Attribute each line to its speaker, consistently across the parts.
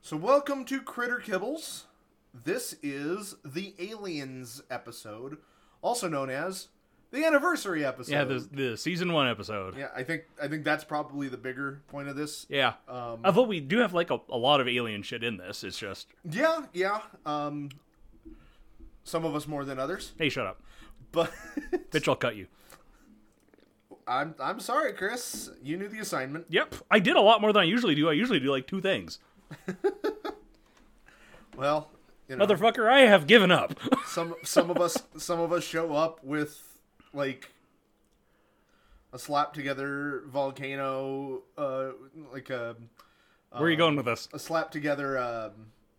Speaker 1: So, welcome to Critter Kibbles. This is the Aliens episode, also known as the anniversary episode.
Speaker 2: Yeah, the, the season one episode. Yeah.
Speaker 1: Yeah, I think I think that's probably the bigger point of this. Um,
Speaker 2: Although we do have like a, a lot of alien shit in this. It's just,
Speaker 1: yeah, yeah. Um, some of us more than others,
Speaker 2: hey, shut up.
Speaker 1: but
Speaker 2: Bitch, I'll cut you.
Speaker 1: I'm I'm sorry, Chris. You knew the assignment.
Speaker 2: Yep. I did a lot more than I usually do. I usually do like two things.
Speaker 1: Well, you know,
Speaker 2: Motherfucker, I have given up.
Speaker 1: some some of us some of us show up with like a slap together volcano, uh, like a
Speaker 2: Where are
Speaker 1: Uh,
Speaker 2: you going with this?
Speaker 1: a slap together. Um,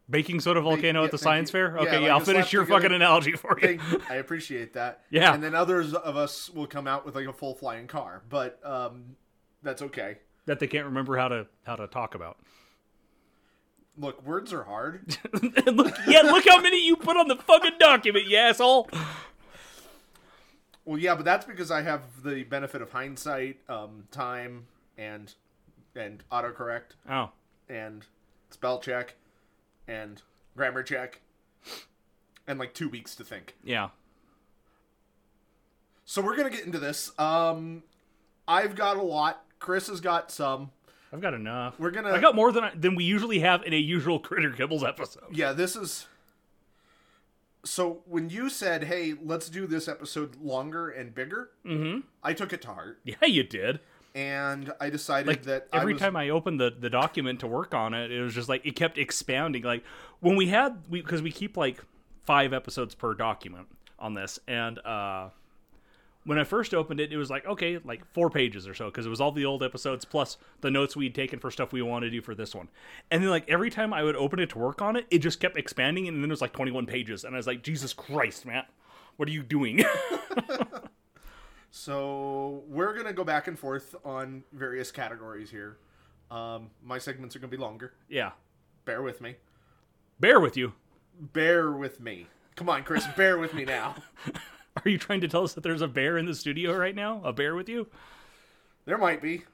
Speaker 2: Baking soda volcano
Speaker 1: yeah,
Speaker 2: at the
Speaker 1: thank
Speaker 2: science
Speaker 1: you.
Speaker 2: fair?
Speaker 1: Yeah,
Speaker 2: Okay, yeah,
Speaker 1: like
Speaker 2: I'll
Speaker 1: a
Speaker 2: finish
Speaker 1: slap
Speaker 2: your
Speaker 1: together
Speaker 2: fucking analogy for you.
Speaker 1: thing. I appreciate that.
Speaker 2: Yeah.
Speaker 1: And then others of us will come out with like a full flying car, but um, that's okay.
Speaker 2: that they can't remember how to how to talk about.
Speaker 1: Look, words are hard.
Speaker 2: And look, yeah, look how many you put on the fucking document, you asshole.
Speaker 1: well, yeah, but that's because I have the benefit of hindsight, um, time, and and autocorrect,
Speaker 2: Oh,
Speaker 1: and spell check, and grammar check, and like two weeks to think.
Speaker 2: yeah.
Speaker 1: So we're gonna get into this. Um, I've got a lot. Chris has got some.
Speaker 2: I've got enough.
Speaker 1: We're gonna.
Speaker 2: I got more than I, than we usually have in a usual Critter Kibbles episode.
Speaker 1: Yeah, this is. So when you said, "Hey, let's do this episode longer and bigger,"
Speaker 2: Mm-hmm.
Speaker 1: I took it to heart,
Speaker 2: Yeah, you did.
Speaker 1: and I decided
Speaker 2: Like
Speaker 1: that
Speaker 2: every
Speaker 1: I was,
Speaker 2: time I opened the, the document to work on it, it was just like it kept expounding. Like when we had we because we keep like five episodes per document on this, and uh, when I first opened it, it was like okay, like four pages or so because it was all the old episodes plus the notes we'd taken for stuff we wanted to do for this one. And then like every time I would open it to work on it, it just kept expanding, and then it was like twenty one pages, and I was like, Jesus Christ, Matt, what are you doing?
Speaker 1: so we're gonna go back and forth on various categories here. Um, my segments are gonna be longer.
Speaker 2: yeah,
Speaker 1: Bear with me.
Speaker 2: bear with you.
Speaker 1: Bear with me. Come on, Chris. Bear with me now.
Speaker 2: Are you trying to tell us that there's a bear in the studio right now? A bear with you?
Speaker 1: There might be.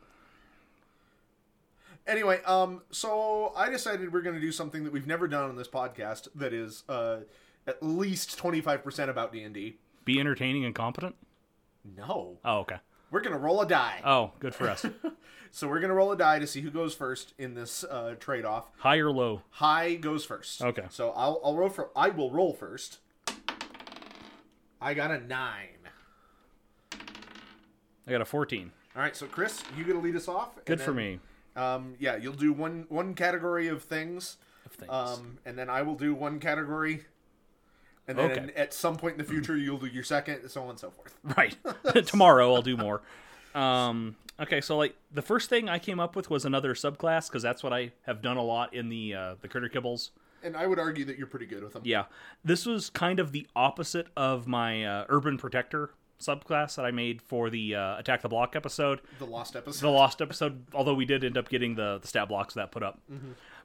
Speaker 1: Anyway, um, so I decided we're going to do something that we've never done on this podcast. That is, uh, at least twenty five percent about D and D.
Speaker 2: Be entertaining and competent?
Speaker 1: No,
Speaker 2: Oh, okay.
Speaker 1: we're going to roll a die.
Speaker 2: Oh, good for us.
Speaker 1: so we're going to roll a die to see who goes first in this uh, trade off.
Speaker 2: High or low?
Speaker 1: High goes first.
Speaker 2: Okay.
Speaker 1: So I'll I'll roll for I will roll first. I got a nine.
Speaker 2: I got a 14.
Speaker 1: All right, so Chris, you going to lead us off. and
Speaker 2: Good for
Speaker 1: then,
Speaker 2: me.
Speaker 1: Um, yeah, you'll do one one category of things.
Speaker 2: Of things.
Speaker 1: Um, and then I will do one category. And then
Speaker 2: Okay.
Speaker 1: at some point in the future, you'll do your second, and so on and so forth.
Speaker 2: right. Tomorrow I'll do more. Um, okay, so like the first thing I came up with was another subclass because that's what I have done a lot in the uh, the critter kibbles.
Speaker 1: And I would argue that you're pretty good with them.
Speaker 2: Yeah, this was kind of the opposite of my uh, urban protector subclass that I made for the uh, attack the block episode.
Speaker 1: The lost
Speaker 2: the
Speaker 1: episode.
Speaker 2: lost episode although we did end up getting the, the stat blocks that put up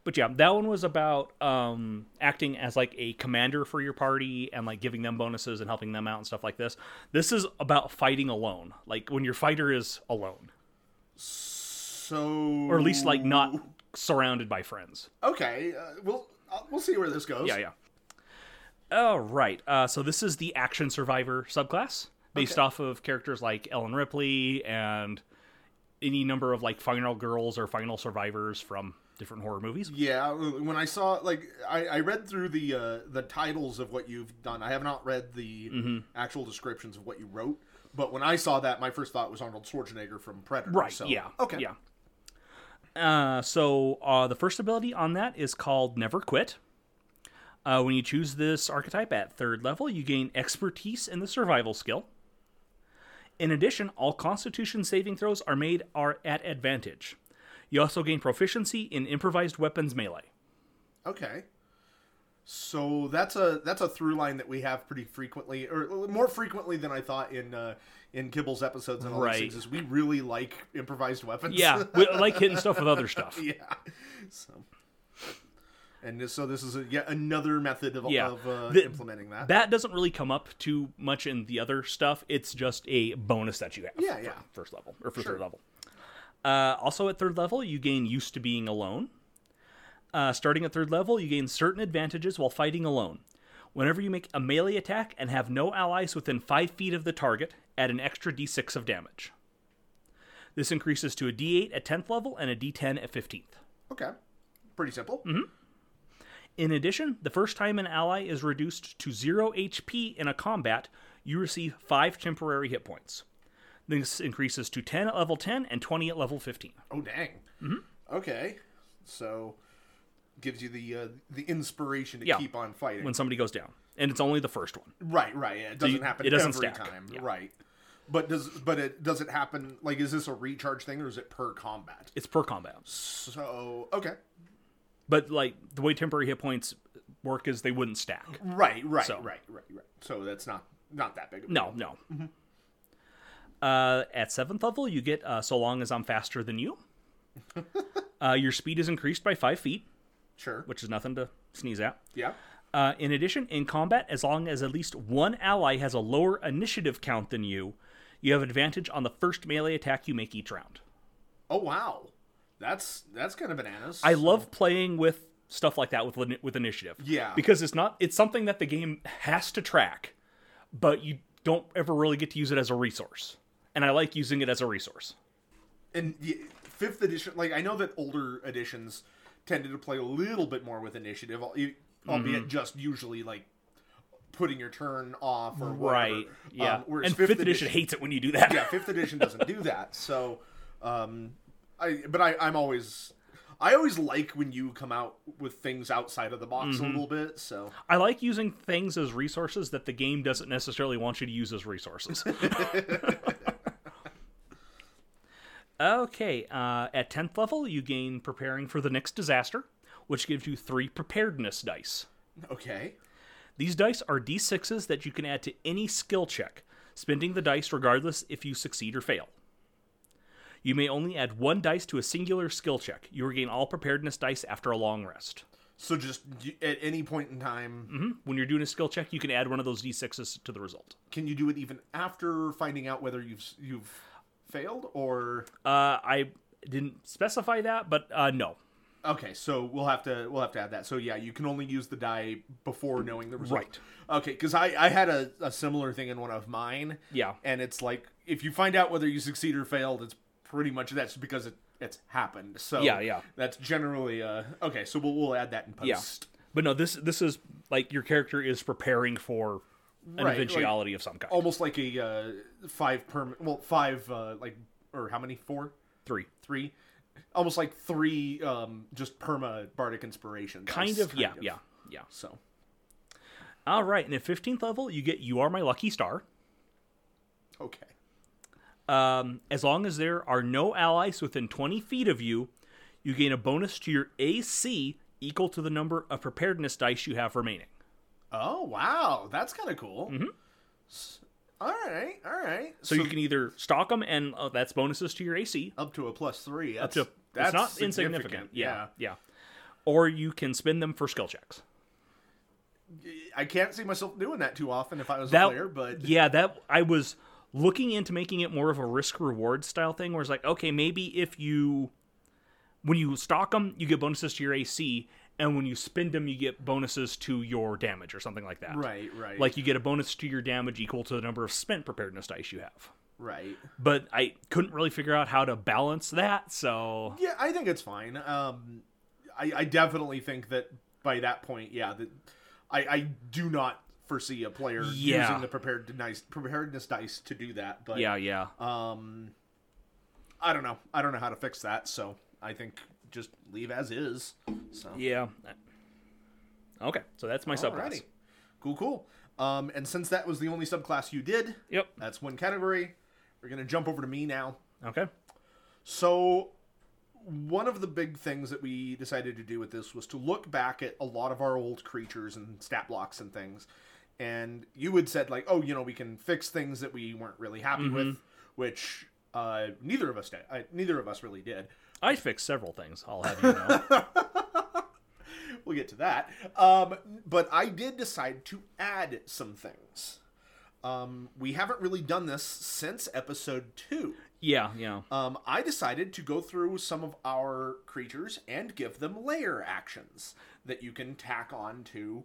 Speaker 2: but yeah that one was about um, acting as like a commander for your party and like giving them bonuses and helping them out and stuff like this this is about fighting alone like when your fighter is alone
Speaker 1: So,
Speaker 2: or at least like not surrounded by friends
Speaker 1: Okay, uh, we'll uh, we'll see where this goes.
Speaker 2: yeah yeah all right uh, so this is the action survivor subclass based off of characters like ellen ripley and any number of like final girls or final survivors from different horror movies
Speaker 1: Yeah, when I saw like I, I read through the uh, the titles of what you've done. I have not read the
Speaker 2: Mm-hmm.
Speaker 1: actual descriptions of what you wrote, but when I saw that, my first thought was Arnold Schwarzenegger from Predator.
Speaker 2: Right.
Speaker 1: So.
Speaker 2: Yeah.
Speaker 1: Okay.
Speaker 2: Yeah. Uh, so uh, the first ability on that is called Never Quit. Uh, when you choose this archetype at third level, you gain expertise in the survival skill. In addition, all Constitution saving throws are made are at advantage. You also gain proficiency in improvised weapons melee.
Speaker 1: Okay. So that's a that's a through line that we have pretty frequently, or more frequently than I thought in uh, in Kibble's episodes and all
Speaker 2: Right.
Speaker 1: these things. Is we really like improvised weapons?
Speaker 2: Yeah, we like hitting stuff with other stuff.
Speaker 1: yeah. So. And this- so this is a, yet another method of,
Speaker 2: Yeah.
Speaker 1: of uh,
Speaker 2: The-
Speaker 1: implementing that.
Speaker 2: That doesn't really come up too much in the other stuff. It's just a bonus that you have.
Speaker 1: Yeah,
Speaker 2: for
Speaker 1: yeah.
Speaker 2: First level or for
Speaker 1: Sure.
Speaker 2: third level. Uh, also at third level, you gain used to being alone. Uh, starting at third level, you gain certain advantages while fighting alone. Whenever you make a melee attack and have no allies within 5 feet of the target, add an extra d6 of damage. This increases to a d8 at 10th level and a d10 at 15th.
Speaker 1: Okay. Pretty simple.
Speaker 2: Mm-hmm. In addition, the first time an ally is reduced to 0 HP in a combat, you receive 5 temporary hit points. This increases to 10 at level 10 and 20 at level 15.
Speaker 1: Oh dang.
Speaker 2: Mm-hmm.
Speaker 1: Okay. So gives you the uh, the inspiration to
Speaker 2: Yeah.
Speaker 1: keep on fighting.
Speaker 2: when somebody goes down, and it's only the first one.
Speaker 1: Right, right. Yeah, it doesn't
Speaker 2: you-
Speaker 1: happen
Speaker 2: it doesn't
Speaker 1: every
Speaker 2: stack.
Speaker 1: time.
Speaker 2: Yeah.
Speaker 1: Right. But does but it does it happen like is this a recharge thing or is it per combat?
Speaker 2: It's per combat.
Speaker 1: So okay.
Speaker 2: But like the way temporary hit points work is they wouldn't stack.
Speaker 1: Right, right,
Speaker 2: So-
Speaker 1: right, right, right. So that's not not that big of a
Speaker 2: No, no. Uh, at seventh level, you get uh, so long as I'm faster than you. uh, your speed is increased by five feet,
Speaker 1: Sure.
Speaker 2: which is nothing to sneeze at.
Speaker 1: Yeah.
Speaker 2: Uh, in addition, in combat, as long as at least one ally has a lower initiative count than you, you have advantage on the first melee attack you make each round.
Speaker 1: Oh wow. That's that's kind of bananas.
Speaker 2: I love playing with stuff like that with lin- with initiative.
Speaker 1: Yeah.
Speaker 2: because it's not it's something that the game has to track, but you don't ever really get to use it as a resource. And I like using it as a resource.
Speaker 1: and y- fifth edition like i know that older editions tended to play a little bit more with initiative al- e- albeit
Speaker 2: Mm-hmm.
Speaker 1: just usually like putting your turn off or whatever.
Speaker 2: Right. Yeah.
Speaker 1: um, whereas
Speaker 2: and fifth, edition, hates it when you do that.
Speaker 1: yeah fifth edition doesn't do that so um i but i i'm always i always like when you come out with things outside of the box a
Speaker 2: Mm-hmm.
Speaker 1: little bit so
Speaker 2: I like using things as resources that the game doesn't necessarily want you to use as resources. okay, uh, at 10th level, you gain preparing for the next disaster, which gives you three preparedness dice.
Speaker 1: okay
Speaker 2: These dice are d6s that you can add to any skill check, spending the dice regardless if you succeed or fail. You may only add one dice to a singular skill check. You regain all preparedness dice after a long rest. Mm-hmm.
Speaker 1: so just y- at any point in time
Speaker 2: When you're doing a skill check, you can add one of those d6s to the result.
Speaker 1: can you do it even after finding out whether you've s- you've failed or
Speaker 2: Uh, I didn't specify that, but uh, no.
Speaker 1: Okay, so we'll have to we'll have to add that. So yeah, you can only use the die before knowing the result.
Speaker 2: Right.
Speaker 1: Okay, because I I had a, a similar thing in one of mine.
Speaker 2: Yeah.
Speaker 1: And it's like if you find out whether you succeed or failed, it's pretty much that's because it it's happened. So
Speaker 2: Yeah, yeah.
Speaker 1: That's generally uh okay. So we'll we'll add that in post.
Speaker 2: But no, this this is like your character is preparing for an
Speaker 1: Right,
Speaker 2: eventuality of some kind.
Speaker 1: Almost like a uh, five permanent. Well, five uh, like or how many? Four,
Speaker 2: Three.
Speaker 1: three. Almost like three, um, just perma bardic inspiration.
Speaker 2: Kind of. yeah, yeah, yeah.
Speaker 1: So
Speaker 2: All right. And at 15th level, you get You Are My Lucky Star.
Speaker 1: okay,
Speaker 2: Um, as long as there are no allies within 20 feet of you, you gain a bonus to your AC equal to the number of preparedness dice you have remaining.
Speaker 1: Oh wow, that's kind of cool. S- All right, all right.
Speaker 2: Mm-hmm. So, you can either stock them, and uh, that's bonuses to your AC.
Speaker 1: up to a plus three. That's,
Speaker 2: So
Speaker 1: that's
Speaker 2: it's not
Speaker 1: significant.
Speaker 2: insignificant. Yeah, yeah. Or you can spend them for skill checks.
Speaker 1: yeah. I can't see myself doing that too often if I was
Speaker 2: That-
Speaker 1: a player, but
Speaker 2: Yeah, that I was looking into making it more of a risk reward style thing, where it's like, okay, maybe if you when you stock them, you get bonuses to your AC, and when you spend them, you get bonuses to your damage or something like that.
Speaker 1: right, right,
Speaker 2: Like you get a bonus to your damage equal to the number of spent preparedness dice you have.
Speaker 1: right.
Speaker 2: But I couldn't really figure out how to balance that, so
Speaker 1: Yeah, I think it's fine. Um, I, I definitely think that by that point, yeah, that I, I do not foresee a player
Speaker 2: Yeah.
Speaker 1: using the prepared dice, preparedness dice to do that. But
Speaker 2: yeah, yeah.
Speaker 1: um, I don't know. I don't know how to fix that. So I think just leave as is. So
Speaker 2: Yeah. Okay, so that's my subclass.
Speaker 1: Alrighty. Cool, cool. Um, and since that was the only subclass you did,
Speaker 2: Yep.
Speaker 1: that's one category. We're gonna jump over to me now.
Speaker 2: Okay.
Speaker 1: So, one of the big things that we decided to do with this was to look back at a lot of our old creatures and stat blocks and things. And you had said like, oh, you know, we can fix things that we weren't really happy with, which uh, neither of us did. Uh, neither of us really did.
Speaker 2: I fixed several things, I'll have you know.
Speaker 1: we'll get to that. Um, but I did decide to add some things. Um, we haven't really done this since episode two.
Speaker 2: Yeah, yeah.
Speaker 1: um, I decided to go through some of our creatures and give them layer actions that you can tack on to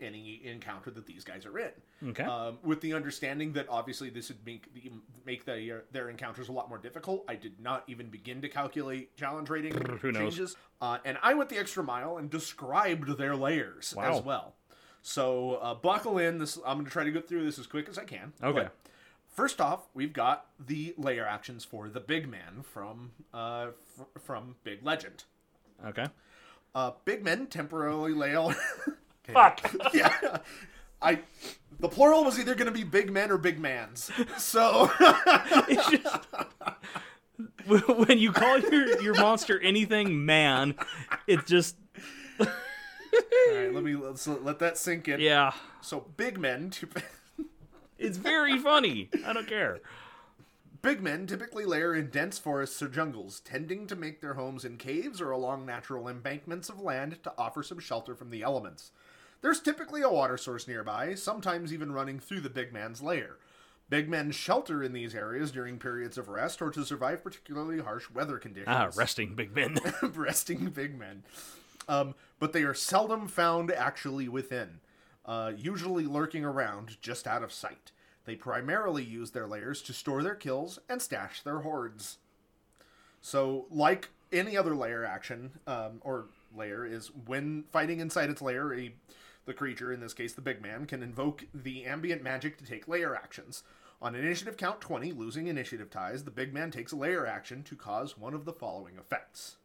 Speaker 1: any encounter that these guys are in.
Speaker 2: Okay.
Speaker 1: Um, with the understanding that obviously this would make the, make the, uh, their encounters a lot more difficult. I did not even begin to calculate challenge rating
Speaker 2: who knows?
Speaker 1: changes, uh, and I went the extra mile and described their layers
Speaker 2: Wow.
Speaker 1: as well. So uh, buckle in. This I'm going to try to go through this as quick as I can.
Speaker 2: Okay.
Speaker 1: But First off, we've got the layer actions for the big man from uh, f- from Big Legend.
Speaker 2: okay.
Speaker 1: Uh, big men temporarily lay all.
Speaker 2: Fuck.
Speaker 1: yeah, I. The plural was either going to be big men or big mans. So
Speaker 2: It's just when you call your your monster anything man, it just
Speaker 1: all right, let me let's let that sink in.
Speaker 2: yeah.
Speaker 1: So big men, t-
Speaker 2: It's very funny. I don't care.
Speaker 1: big men typically lair in dense forests or jungles, tending to make their homes in caves or along natural embankments of land to offer some shelter from the elements. There's typically a water source nearby, sometimes even running through the big man's lair. Big men shelter in these areas during periods of rest or to survive particularly harsh weather conditions.
Speaker 2: Ah, resting big Ben.
Speaker 1: resting big men. Um, but they are seldom found actually within, uh, usually lurking around just out of sight. They primarily use their lairs to store their kills and stash their hordes. So, like any other layer action, um, or layer, is when fighting inside its layer, a the creature, in this case the big man, can invoke the ambient magic to take layer actions. On initiative count 20, losing initiative ties, the big man takes a layer action to cause one of the following effects.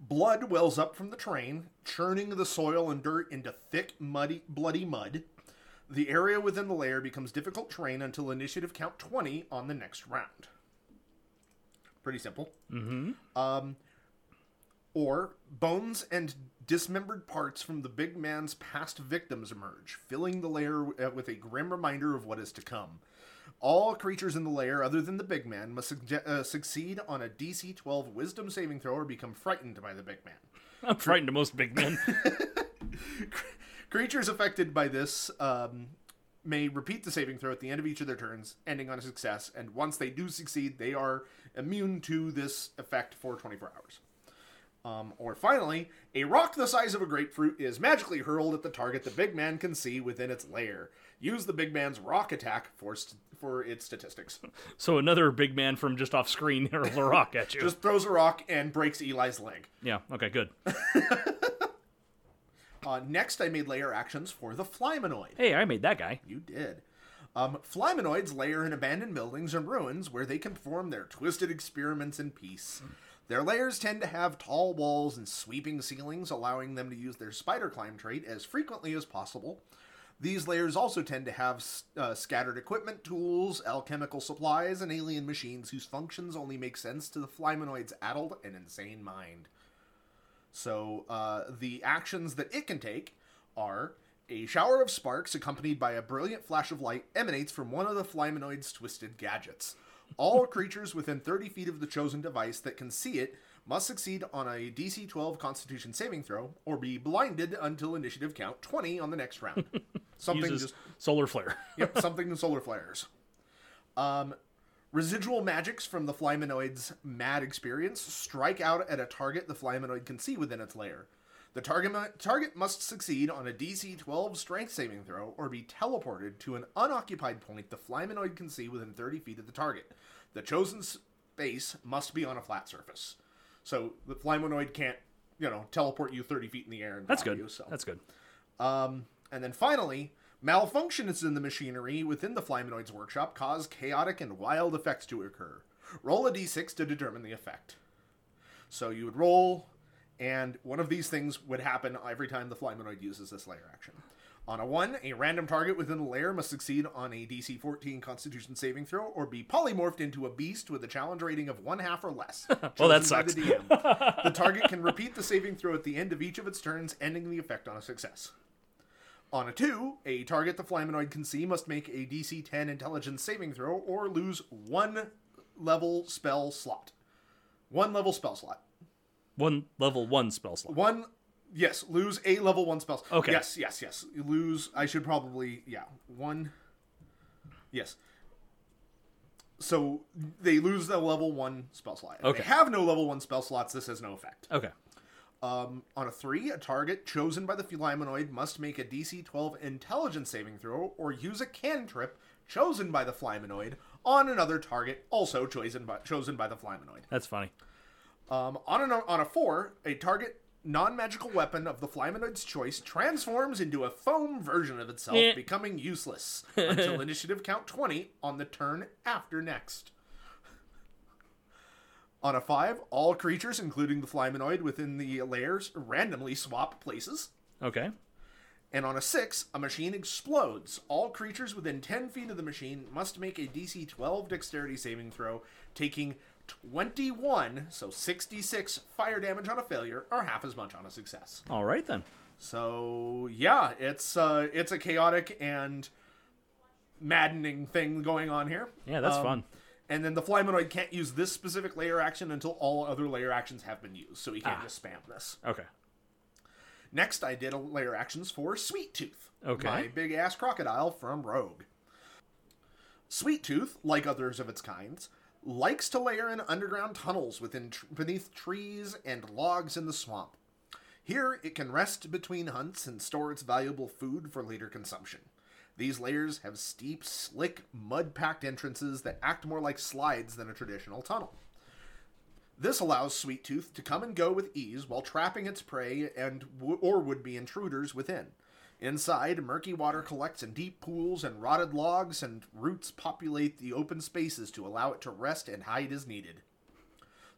Speaker 1: Blood wells up from the terrain, churning the soil and dirt into thick, muddy, bloody mud. The area within the layer becomes difficult terrain until initiative count 20 on the next round. Pretty simple. Mm-hmm. Um, or bones and dismembered parts from the big man's past victims emerge, filling the layer uh, with a grim reminder of what is to come. All creatures in the lair, other than the big man, must sugge- uh, succeed on a DC 12 Wisdom saving throw or become frightened by the big man.
Speaker 2: I'm frightened of most big men.
Speaker 1: Creatures affected by this um, may repeat the saving throw at the end of each of their turns, ending on a success. And once they do succeed, they are immune to this effect for 24 hours. Um, or finally, a rock the size of a grapefruit is magically hurled at the target the big man can see within its lair. Use the big man's rock attack for st- for its statistics.
Speaker 2: So another big man from just off screen hurls a rock at you.
Speaker 1: Just throws a rock and breaks Eli's leg.
Speaker 2: yeah. Okay. Good.
Speaker 1: Uh, next, I made layer actions for the Flymanoid.
Speaker 2: Hey, I made that guy.
Speaker 1: You did. Um, Flymanoids lair in abandoned buildings and ruins where they can perform their twisted experiments in peace. Their lairs tend to have tall walls and sweeping ceilings, allowing them to use their spider climb trait as frequently as possible. These lairs also tend to have s- uh, scattered equipment, tools, alchemical supplies, and alien machines whose functions only make sense to the Flymanoid's addled and insane mind. So uh, the actions that it can take are a shower of sparks accompanied by a brilliant flash of light emanates from one of the Flymanoid's twisted gadgets. All creatures within 30 feet of the chosen device that can see it must succeed on a DC 12 Constitution saving throw or be blinded until initiative count 20 on the next round. Something
Speaker 2: Uses
Speaker 1: just
Speaker 2: solar flare.
Speaker 1: yep, something in solar flares. Um, residual magics from the Flymanoid's mad experience strike out at a target the Flymanoid can see within its lair. The target, mu- target must succeed on a DC 12 strength saving throw or be teleported to an unoccupied point the Flymanoid can see within 30 feet of the target. The chosen space must be on a flat surface. So the Flymanoid can't, you know, teleport you 30 feet in the air and
Speaker 2: That's
Speaker 1: drop
Speaker 2: good.
Speaker 1: You, so.
Speaker 2: That's good.
Speaker 1: Um, and then finally, malfunctions in the machinery within the Flymanoid's workshop cause chaotic and wild effects to occur. Roll a d6 to determine the effect. So you would roll, and one of these things would happen every time the Flymanoid uses this layer action. On a 1, a random target within the layer must succeed on a DC 14 Constitution saving throw or be polymorphed into a beast with a challenge rating of one half or less.
Speaker 2: Well,
Speaker 1: chosen by
Speaker 2: that sucks.
Speaker 1: The, DM. the target can repeat the saving throw at the end of each of its turns, ending the effect on a success. On a 2, a target the Flaminoid can see must make a DC 10 intelligence saving throw or lose one level spell slot. One level spell slot.
Speaker 2: One level one spell slot.
Speaker 1: One, yes, lose a level 1 spell slot.
Speaker 2: Okay.
Speaker 1: Yes, yes, yes. You Lose, I should probably, yeah, one. Yes. So they lose their level one spell slot. If
Speaker 2: Okay.
Speaker 1: They have no level one spell slots. This has no effect.
Speaker 2: Okay.
Speaker 1: Um, on a three, a target chosen by the Flymanoid must make a DC 12 intelligence saving throw or use a cantrip chosen by the Flymanoid on another target also chosen by, chosen by the Flymanoid.
Speaker 2: That's funny.
Speaker 1: Um, on, a on a four, a target non magical weapon of the Flymanoid's choice transforms into a foam version of itself,
Speaker 2: Yeah.
Speaker 1: becoming useless until initiative count 20 on the turn after next. On a five, all creatures, including the Flymanoid within the lairs, randomly swap places.
Speaker 2: Okay.
Speaker 1: And on a six, a machine explodes. All creatures within 10 feet of the machine must make a DC 12 dexterity saving throw, taking 21, so 66 fire damage on a failure, or half as much on a success.
Speaker 2: All right then.
Speaker 1: So, yeah, it's uh, it's a chaotic and maddening thing going on here.
Speaker 2: Yeah, that's
Speaker 1: Um,
Speaker 2: fun.
Speaker 1: And then the Flymanoid can't use this specific layer action until all other layer actions have been used, so he can't just spam this.
Speaker 2: Okay.
Speaker 1: Next, I did a layer actions for Sweet Tooth,
Speaker 2: Okay.
Speaker 1: my big ass crocodile from Rogue. Sweet Tooth, like others of its kinds, likes to layer in underground tunnels within tr- beneath trees and logs in the swamp. Here, it can rest between hunts and store its valuable food for later consumption. These layers have steep, slick, mud packed entrances that act more like slides than a traditional tunnel. This allows Sweet Tooth to come and go with ease while trapping its prey and w- or would-be intruders within. Inside, murky water collects in deep pools and rotted logs and roots populate the open spaces to allow it to rest and hide as needed.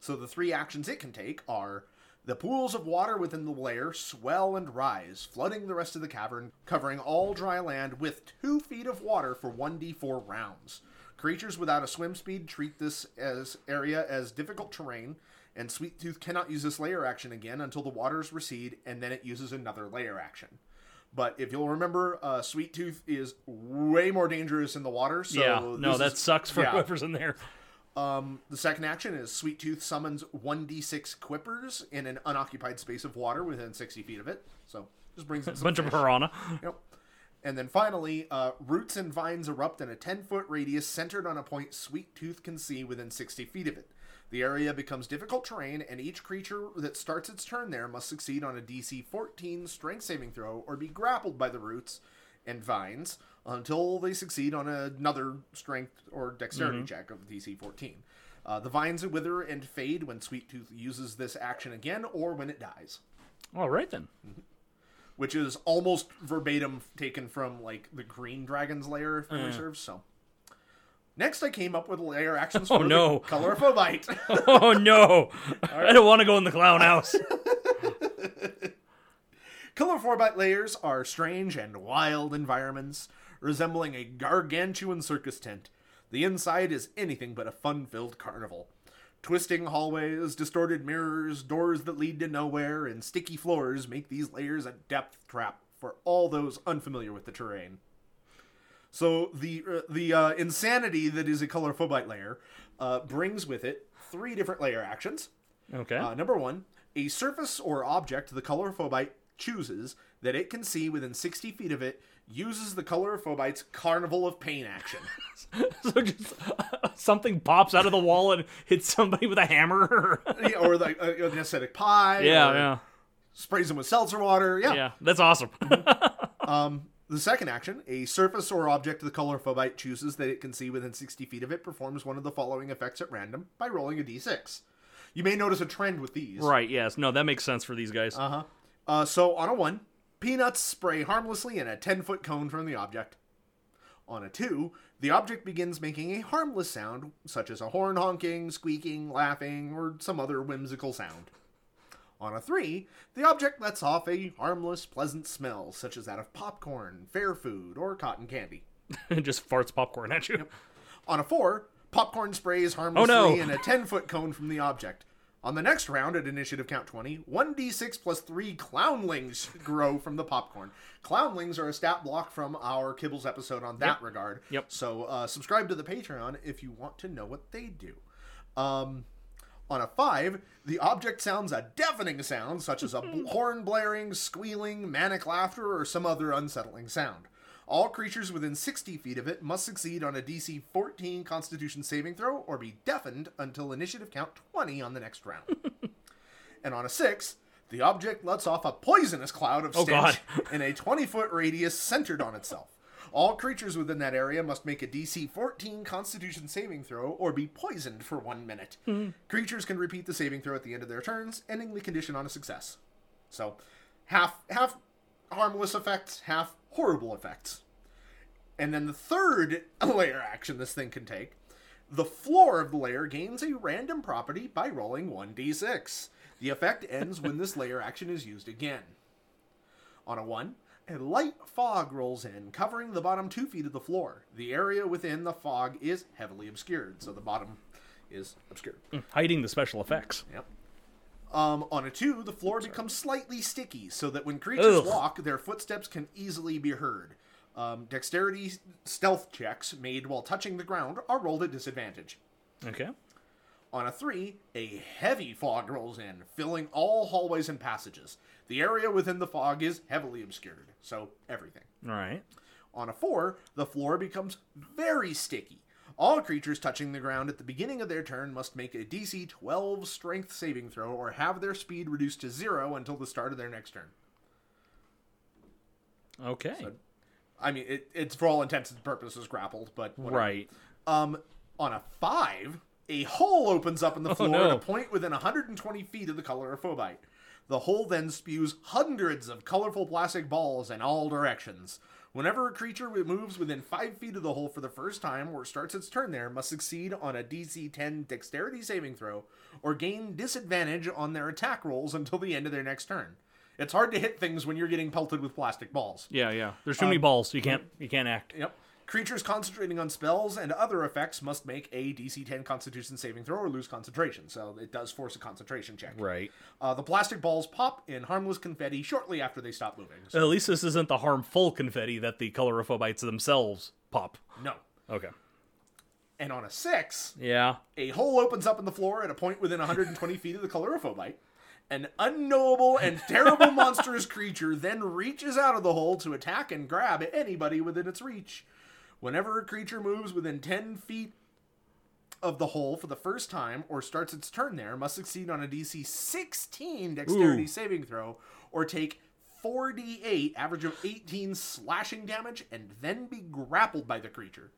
Speaker 1: So the three actions it can take are the pools of water within the lair swell and rise, flooding the rest of the cavern, covering all dry land with two feet of water for 1d4 rounds. Creatures without a swim speed treat this as area as difficult terrain, and Sweet Tooth cannot use this layer action again until the waters recede, and then it uses another layer action. But if you'll remember, uh, Sweet Tooth is way more dangerous in the water. So
Speaker 2: yeah. No,
Speaker 1: this
Speaker 2: that
Speaker 1: is-
Speaker 2: sucks for
Speaker 1: yeah.
Speaker 2: whoever's in there.
Speaker 1: Um, the second action is Sweet Tooth summons 1d6 quippers in an unoccupied space of water within 60 feet of it. So just brings in
Speaker 2: A
Speaker 1: some
Speaker 2: bunch of
Speaker 1: fish.
Speaker 2: piranha.
Speaker 1: Yep. And then finally, uh, roots and vines erupt in a 10 foot radius centered on a point Sweet Tooth can see within 60 feet of it. The area becomes difficult terrain, and each creature that starts its turn there must succeed on a DC 14 strength saving throw or be grappled by the roots and vines until they succeed on another strength or dexterity check of DC 14. Uh, the vines wither and fade when Sweet Tooth uses this action again or when it dies
Speaker 2: All right then.
Speaker 1: which is almost verbatim taken from like the Green Dragon's lair, if
Speaker 2: Mm.
Speaker 1: memory serves. So, next, I came up with layer actions for
Speaker 2: Oh, no.
Speaker 1: the Colorphobite.
Speaker 2: Oh no! I don't want to go in the clown house.
Speaker 1: Colorphobite layers are strange and wild environments resembling a gargantuan circus tent. The inside is anything but a fun-filled carnival. Twisting hallways, distorted mirrors, doors that lead to nowhere, and sticky floors make these layers a depth trap for all those unfamiliar with the terrain. So the uh, the uh, insanity that is a colorphobite layer uh, brings with it three different layer actions.
Speaker 2: Okay.
Speaker 1: Uh, number one, a surface or object the colorphobite chooses that it can see within 60 feet of it uses the colorphobite's carnival of pain action.
Speaker 2: so just uh, something pops out of the wall and hits somebody with a hammer.
Speaker 1: Yeah, or like uh, an aesthetic pie.
Speaker 2: yeah,
Speaker 1: or
Speaker 2: yeah,
Speaker 1: Sprays them with seltzer water. Yeah.
Speaker 2: yeah. That's awesome.
Speaker 1: Um, the second action, a surface or object the colorphobite chooses that it can see within 60 feet of it performs one of the following effects at random by rolling a d6. You may notice a trend with these.
Speaker 2: right. Yes. No, that makes sense for these guys.
Speaker 1: Uh-huh. Uh So on a one, peanuts spray harmlessly in a ten foot cone from the object. On a two, the object begins making a harmless sound, such as a horn honking, squeaking, laughing, or some other whimsical sound. On a three, the object lets off a harmless, pleasant smell, such as that of popcorn, fair food, or cotton candy.
Speaker 2: just farts popcorn at you.
Speaker 1: On a four, popcorn sprays harmlessly
Speaker 2: Oh, no.
Speaker 1: in a 10 foot cone from the object. On the next round, at initiative count 20, 1d6 plus 3 clownlings grow from the popcorn. Clownlings are a stat block from our Kibbles episode on that regard.
Speaker 2: Yep.
Speaker 1: So uh, subscribe to the Patreon if you want to know what they do. Um, on a five, the object sounds a deafening sound, such as a bl- horn blaring, squealing, manic laughter, or some other unsettling sound. All creatures within 60 feet of it must succeed on a DC 14 Constitution saving throw or be deafened until initiative count 20 on the next round. and on a 6, the object lets off a poisonous cloud of
Speaker 2: Oh,
Speaker 1: stench in a 20 foot radius centered on itself. All creatures within that area must make a DC 14 Constitution saving throw or be poisoned for one minute. Creatures can repeat the saving throw at the end of their turns, ending the condition on a success. So, half half harmless effects, half horrible effects. And then the third layer action this thing can take the floor of the layer gains a random property by rolling 1d6. The effect ends when this layer action is used again. On a 1, a light fog rolls in, covering the bottom 2 feet of the floor. The area within the fog is heavily obscured, so the bottom is obscured.
Speaker 2: Hiding the special effects.
Speaker 1: Yep. Um, on a two, the floor becomes slightly sticky, so that when creatures
Speaker 2: Ugh.
Speaker 1: walk, their footsteps can easily be heard. Um, dexterity stealth checks made while touching the ground are rolled at disadvantage.
Speaker 2: Okay.
Speaker 1: On a three, a heavy fog rolls in, filling all hallways and passages. The area within the fog is heavily obscured, so everything.
Speaker 2: All right.
Speaker 1: On a 4, the floor becomes very sticky. All creatures touching the ground at the beginning of their turn must make a DC 12 strength saving throw or have their speed reduced to 0 until the start of their next turn.
Speaker 2: Okay.
Speaker 1: I mean, it, it's for all intents and purposes grappled, but whatever.
Speaker 2: right.
Speaker 1: Um, on a 5, a hole opens up in the floor at
Speaker 2: no.
Speaker 1: a point within 120 feet of the color of phobite. The hole then spews hundreds of colorful plastic balls in all directions. Whenever a creature moves within 5 feet of the hole for the first time or starts its turn there, must succeed on a DC 10 dexterity saving throw or gain disadvantage on their attack rolls until the end of their next turn. It's hard to hit things when you're getting pelted with plastic balls.
Speaker 2: Yeah, yeah. There's
Speaker 1: Um,
Speaker 2: too many balls. You can't.
Speaker 1: mm-hmm.
Speaker 2: You can't act.
Speaker 1: Yep. Creatures concentrating on spells and other effects must make a DC 10 Constitution saving throw or lose concentration, so it does force a concentration check.
Speaker 2: Right.
Speaker 1: Uh, the plastic balls pop in harmless confetti shortly after they stop moving. So,
Speaker 2: At least this isn't the harmful confetti that the colorophobites themselves pop.
Speaker 1: no.
Speaker 2: Okay.
Speaker 1: And on a six,
Speaker 2: Yeah.
Speaker 1: a hole opens up in the floor at a point within 120 feet of the colorophobite. An unknowable and terrible monstrous creature then reaches out of the hole to attack and grab anybody within its reach. Whenever a creature moves within 10 feet of the hole for the first time or starts its turn there, must succeed on a DC 16 dexterity
Speaker 2: Ooh.
Speaker 1: saving throw or take 4d8 average of 18 slashing damage and then be grappled by the creature.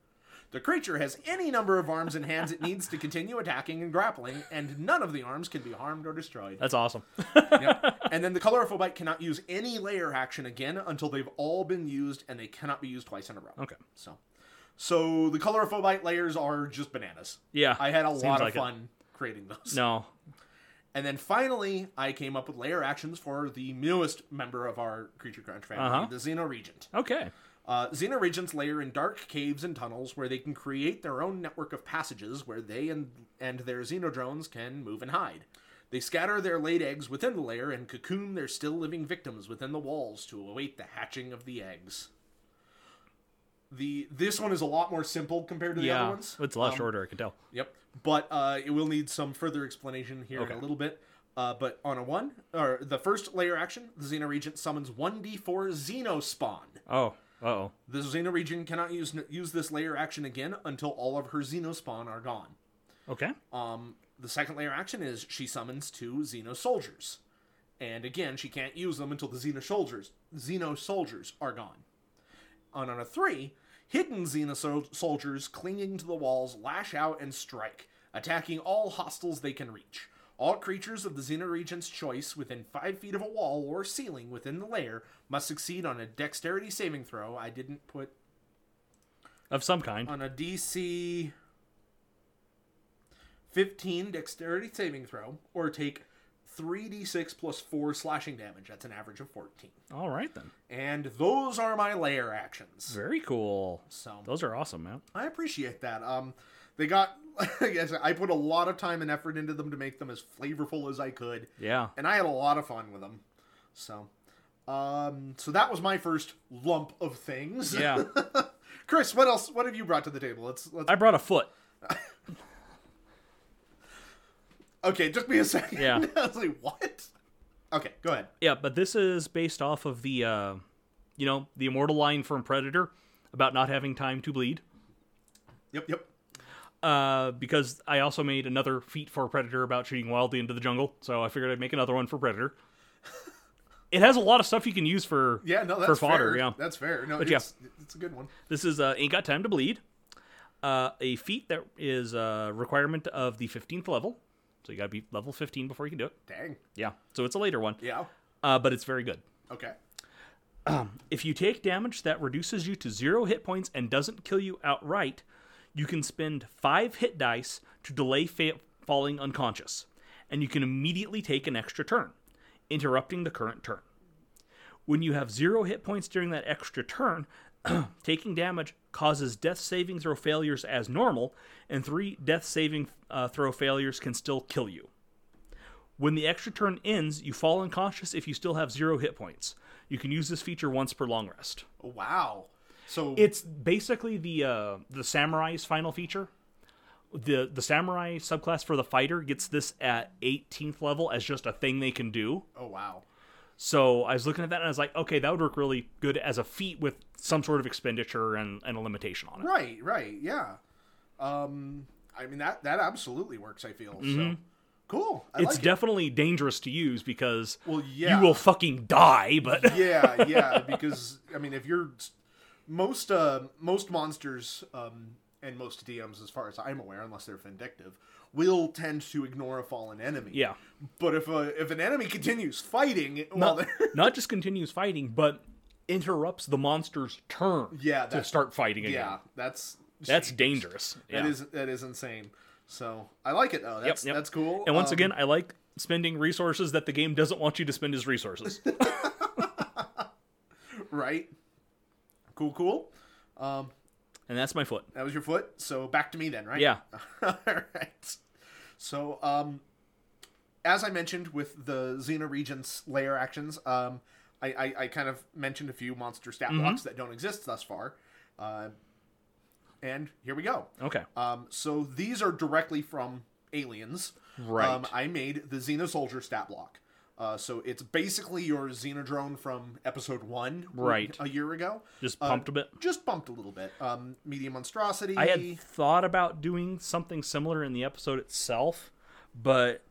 Speaker 1: The creature has any number of arms and hands it needs to continue attacking and grappling, and none of the arms can be harmed or destroyed.
Speaker 2: That's awesome.
Speaker 1: Yep. And then the colorophobite cannot use any layer action again until they've all been used, and they cannot be used twice in a row.
Speaker 2: Okay.
Speaker 1: So, so the colorophobite layers are just bananas.
Speaker 2: Yeah.
Speaker 1: I had a
Speaker 2: Seems
Speaker 1: lot of
Speaker 2: like it.
Speaker 1: fun creating those.
Speaker 2: No.
Speaker 1: And then finally, I came up with layer actions for the newest member of our creature crunch family,
Speaker 2: Uh-huh.
Speaker 1: the Xeno Regent.
Speaker 2: Okay.
Speaker 1: Uh, Xena Regents lair in dark caves and tunnels where they can create their own network of passages where they and, and their xenodrones can move and hide. They scatter their laid eggs within the lair and cocoon their still living victims within the walls to await the hatching of the eggs. The this one is a lot more simple compared to the other
Speaker 2: Yeah.
Speaker 1: ones.
Speaker 2: It's a lot
Speaker 1: Um,
Speaker 2: shorter. I can tell.
Speaker 1: Yep. But uh, it will need some further explanation here in
Speaker 2: Okay.
Speaker 1: a little bit. Uh, but on a one, or the first layer action, the Xena Regent summons 1d4 Xeno Spawn.
Speaker 2: Oh. Uh oh.
Speaker 1: The Xena region cannot use use this layer action again until all of her Xenospawn are gone.
Speaker 2: Okay.
Speaker 1: Um, the second layer action is she summons two Xeno soldiers, and again she can't use them until the Xeno soldiers Xeno soldiers are gone. And on a three, hidden Xeno sol- soldiers clinging to the walls lash out and strike, attacking all hostiles they can reach. All creatures of the Xena region's choice within five feet of a wall or ceiling within the layer must succeed on a dexterity saving throw. I didn't put
Speaker 2: Of some kind.
Speaker 1: on a DC 15 dexterity saving throw or take 3d6 plus 4 slashing damage. That's an average of 14.
Speaker 2: All right then.
Speaker 1: And those are my layer actions.
Speaker 2: Very cool.
Speaker 1: So
Speaker 2: Those are awesome, man.
Speaker 1: I appreciate that. Um they got I guess I put a lot of time and effort into them to make them as flavorful as I could
Speaker 2: Yeah.
Speaker 1: and I had a lot of fun with them. So um so that was my first lump of things.
Speaker 2: Yeah.
Speaker 1: Chris, what else what have you brought to the table? Let's let's
Speaker 2: I brought a foot.
Speaker 1: Okay, it took me a second.
Speaker 2: Yeah.
Speaker 1: I was like, what? Okay, go ahead.
Speaker 2: Yeah, but this is based off of the uh, you know, the immortal line from Predator about not having time to bleed.
Speaker 1: Yep, yep.
Speaker 2: Uh, because I also made another feat for Predator about shooting wildly into the jungle, so I figured I'd make another one for Predator. it has a lot of stuff you can use for
Speaker 1: Yeah, no, that's
Speaker 2: for fodder.
Speaker 1: fair.
Speaker 2: Yeah,
Speaker 1: That's fair. No,
Speaker 2: But yeah.
Speaker 1: it's, it's a good one.
Speaker 2: this is uh, ain't got time to bleed. Uh, a feat that is a requirement of the fifteenth level, so you got to be level fifteen before you can do it.
Speaker 1: Dang.
Speaker 2: Yeah, so it's a later one,
Speaker 1: Yeah.
Speaker 2: uh, but it's very good.
Speaker 1: Okay.
Speaker 2: If you take damage that reduces you to zero hit points and doesn't kill you outright, you can spend five hit dice to delay fa- falling unconscious, and you can immediately take an extra turn, interrupting the current turn. When you have zero hit points during that extra turn, taking damage causes death saving throw failures as normal, and three death saving uh, throw failures can still kill you. When the extra turn ends, you fall unconscious if you still have zero hit points. You can use this feature once per long rest.
Speaker 1: Oh, Wow. So
Speaker 2: It's basically the uh, the samurai's final feature. the The samurai subclass for the fighter gets this at 18th level as just a thing they can do.
Speaker 1: oh wow.
Speaker 2: So I was looking at that and I was like, okay, that would work really good as a feat with some sort of expenditure and, and a limitation on it.
Speaker 1: Right, right, yeah. Um, I mean that that absolutely works. I feel so cool. I
Speaker 2: Mm-hmm. It's
Speaker 1: like
Speaker 2: definitely dangerous to use because
Speaker 1: Well, yeah.
Speaker 2: you will fucking die. But
Speaker 1: it. yeah, yeah. Because I mean, if you're most uh, most monsters um, and most DMs, as far as I'm aware, unless they're vindictive, will tend to ignore a fallen enemy.
Speaker 2: yeah.
Speaker 1: But if a, if an enemy continues fighting, well,
Speaker 2: not, not just continues fighting, but interrupts the monster's turn
Speaker 1: Yeah,
Speaker 2: to
Speaker 1: that-
Speaker 2: start fighting again.
Speaker 1: yeah, that's
Speaker 2: That's dangerous.
Speaker 1: that
Speaker 2: Yeah.
Speaker 1: is- that is insane. So I like it though. That's
Speaker 2: yep.
Speaker 1: that's cool.
Speaker 2: and once
Speaker 1: Um,
Speaker 2: again, I like spending resources that the game doesn't want you to spend as resources.
Speaker 1: right, cool, cool. Um,
Speaker 2: and that's my foot.
Speaker 1: That was your foot. So back to me then, right?
Speaker 2: Yeah.
Speaker 1: All right. So, um, as I mentioned with the Xena Regent's layer actions, um, I, I, I kind of mentioned a few monster stat
Speaker 2: Mm-hmm.
Speaker 1: blocks that don't exist thus far. Uh, and here we go.
Speaker 2: Okay.
Speaker 1: Um, so these are directly from Aliens.
Speaker 2: Right.
Speaker 1: Um, I made the Xena Soldier stat block. Uh, so it's basically your Xenodrone from episode one,
Speaker 2: Right.
Speaker 1: A year ago,
Speaker 2: Just pumped a bit.
Speaker 1: just bumped a little bit. Um, medium monstrosity.
Speaker 2: I had thought about doing something similar in the episode itself, but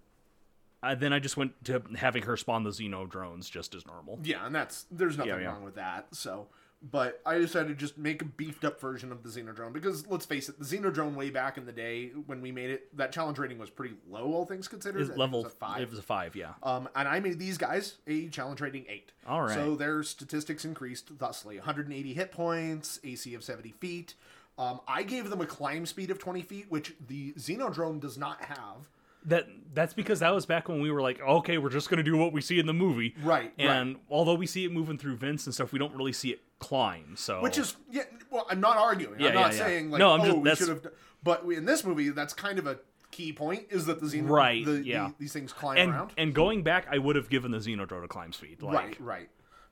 Speaker 2: I, then I just went to having her spawn the Xeno drones just as normal.
Speaker 1: Yeah, and that's there's nothing
Speaker 2: Yeah, yeah.
Speaker 1: wrong with that. So, but I decided to just make a beefed up version of the Xenodrome because let's face it, the Xenodrome way back in the day when we made it, that challenge rating was pretty low, all things considered. I
Speaker 2: Is
Speaker 1: think it
Speaker 2: level
Speaker 1: was a five.
Speaker 2: It was a five, yeah.
Speaker 1: Um, and I made these guys a challenge rating eight.
Speaker 2: All right.
Speaker 1: So their statistics increased thusly: 180 hit points, AC of 70 feet. Um, I gave them a climb speed of 20 feet, which the Xenodrome does not have.
Speaker 2: That that's because that was back when we were like, okay, we're just gonna do what we see in the movie,
Speaker 1: Right,
Speaker 2: And although we see it moving through vents and stuff, we don't really see it climb. So
Speaker 1: Which is yeah. Well, I'm not arguing.
Speaker 2: Oh. Yeah,
Speaker 1: I'm not
Speaker 2: yeah, yeah.
Speaker 1: saying like
Speaker 2: No, I'm
Speaker 1: oh
Speaker 2: just-
Speaker 1: we
Speaker 2: that's-
Speaker 1: should have. d- But we- in this movie, that's kind of a key point is that the Xeno
Speaker 2: Right,
Speaker 1: the,
Speaker 2: yeah.
Speaker 1: the- these things climb
Speaker 2: and
Speaker 1: around.
Speaker 2: and going back, I would have given the Xenodrome a climb speed. Like,
Speaker 1: right, right.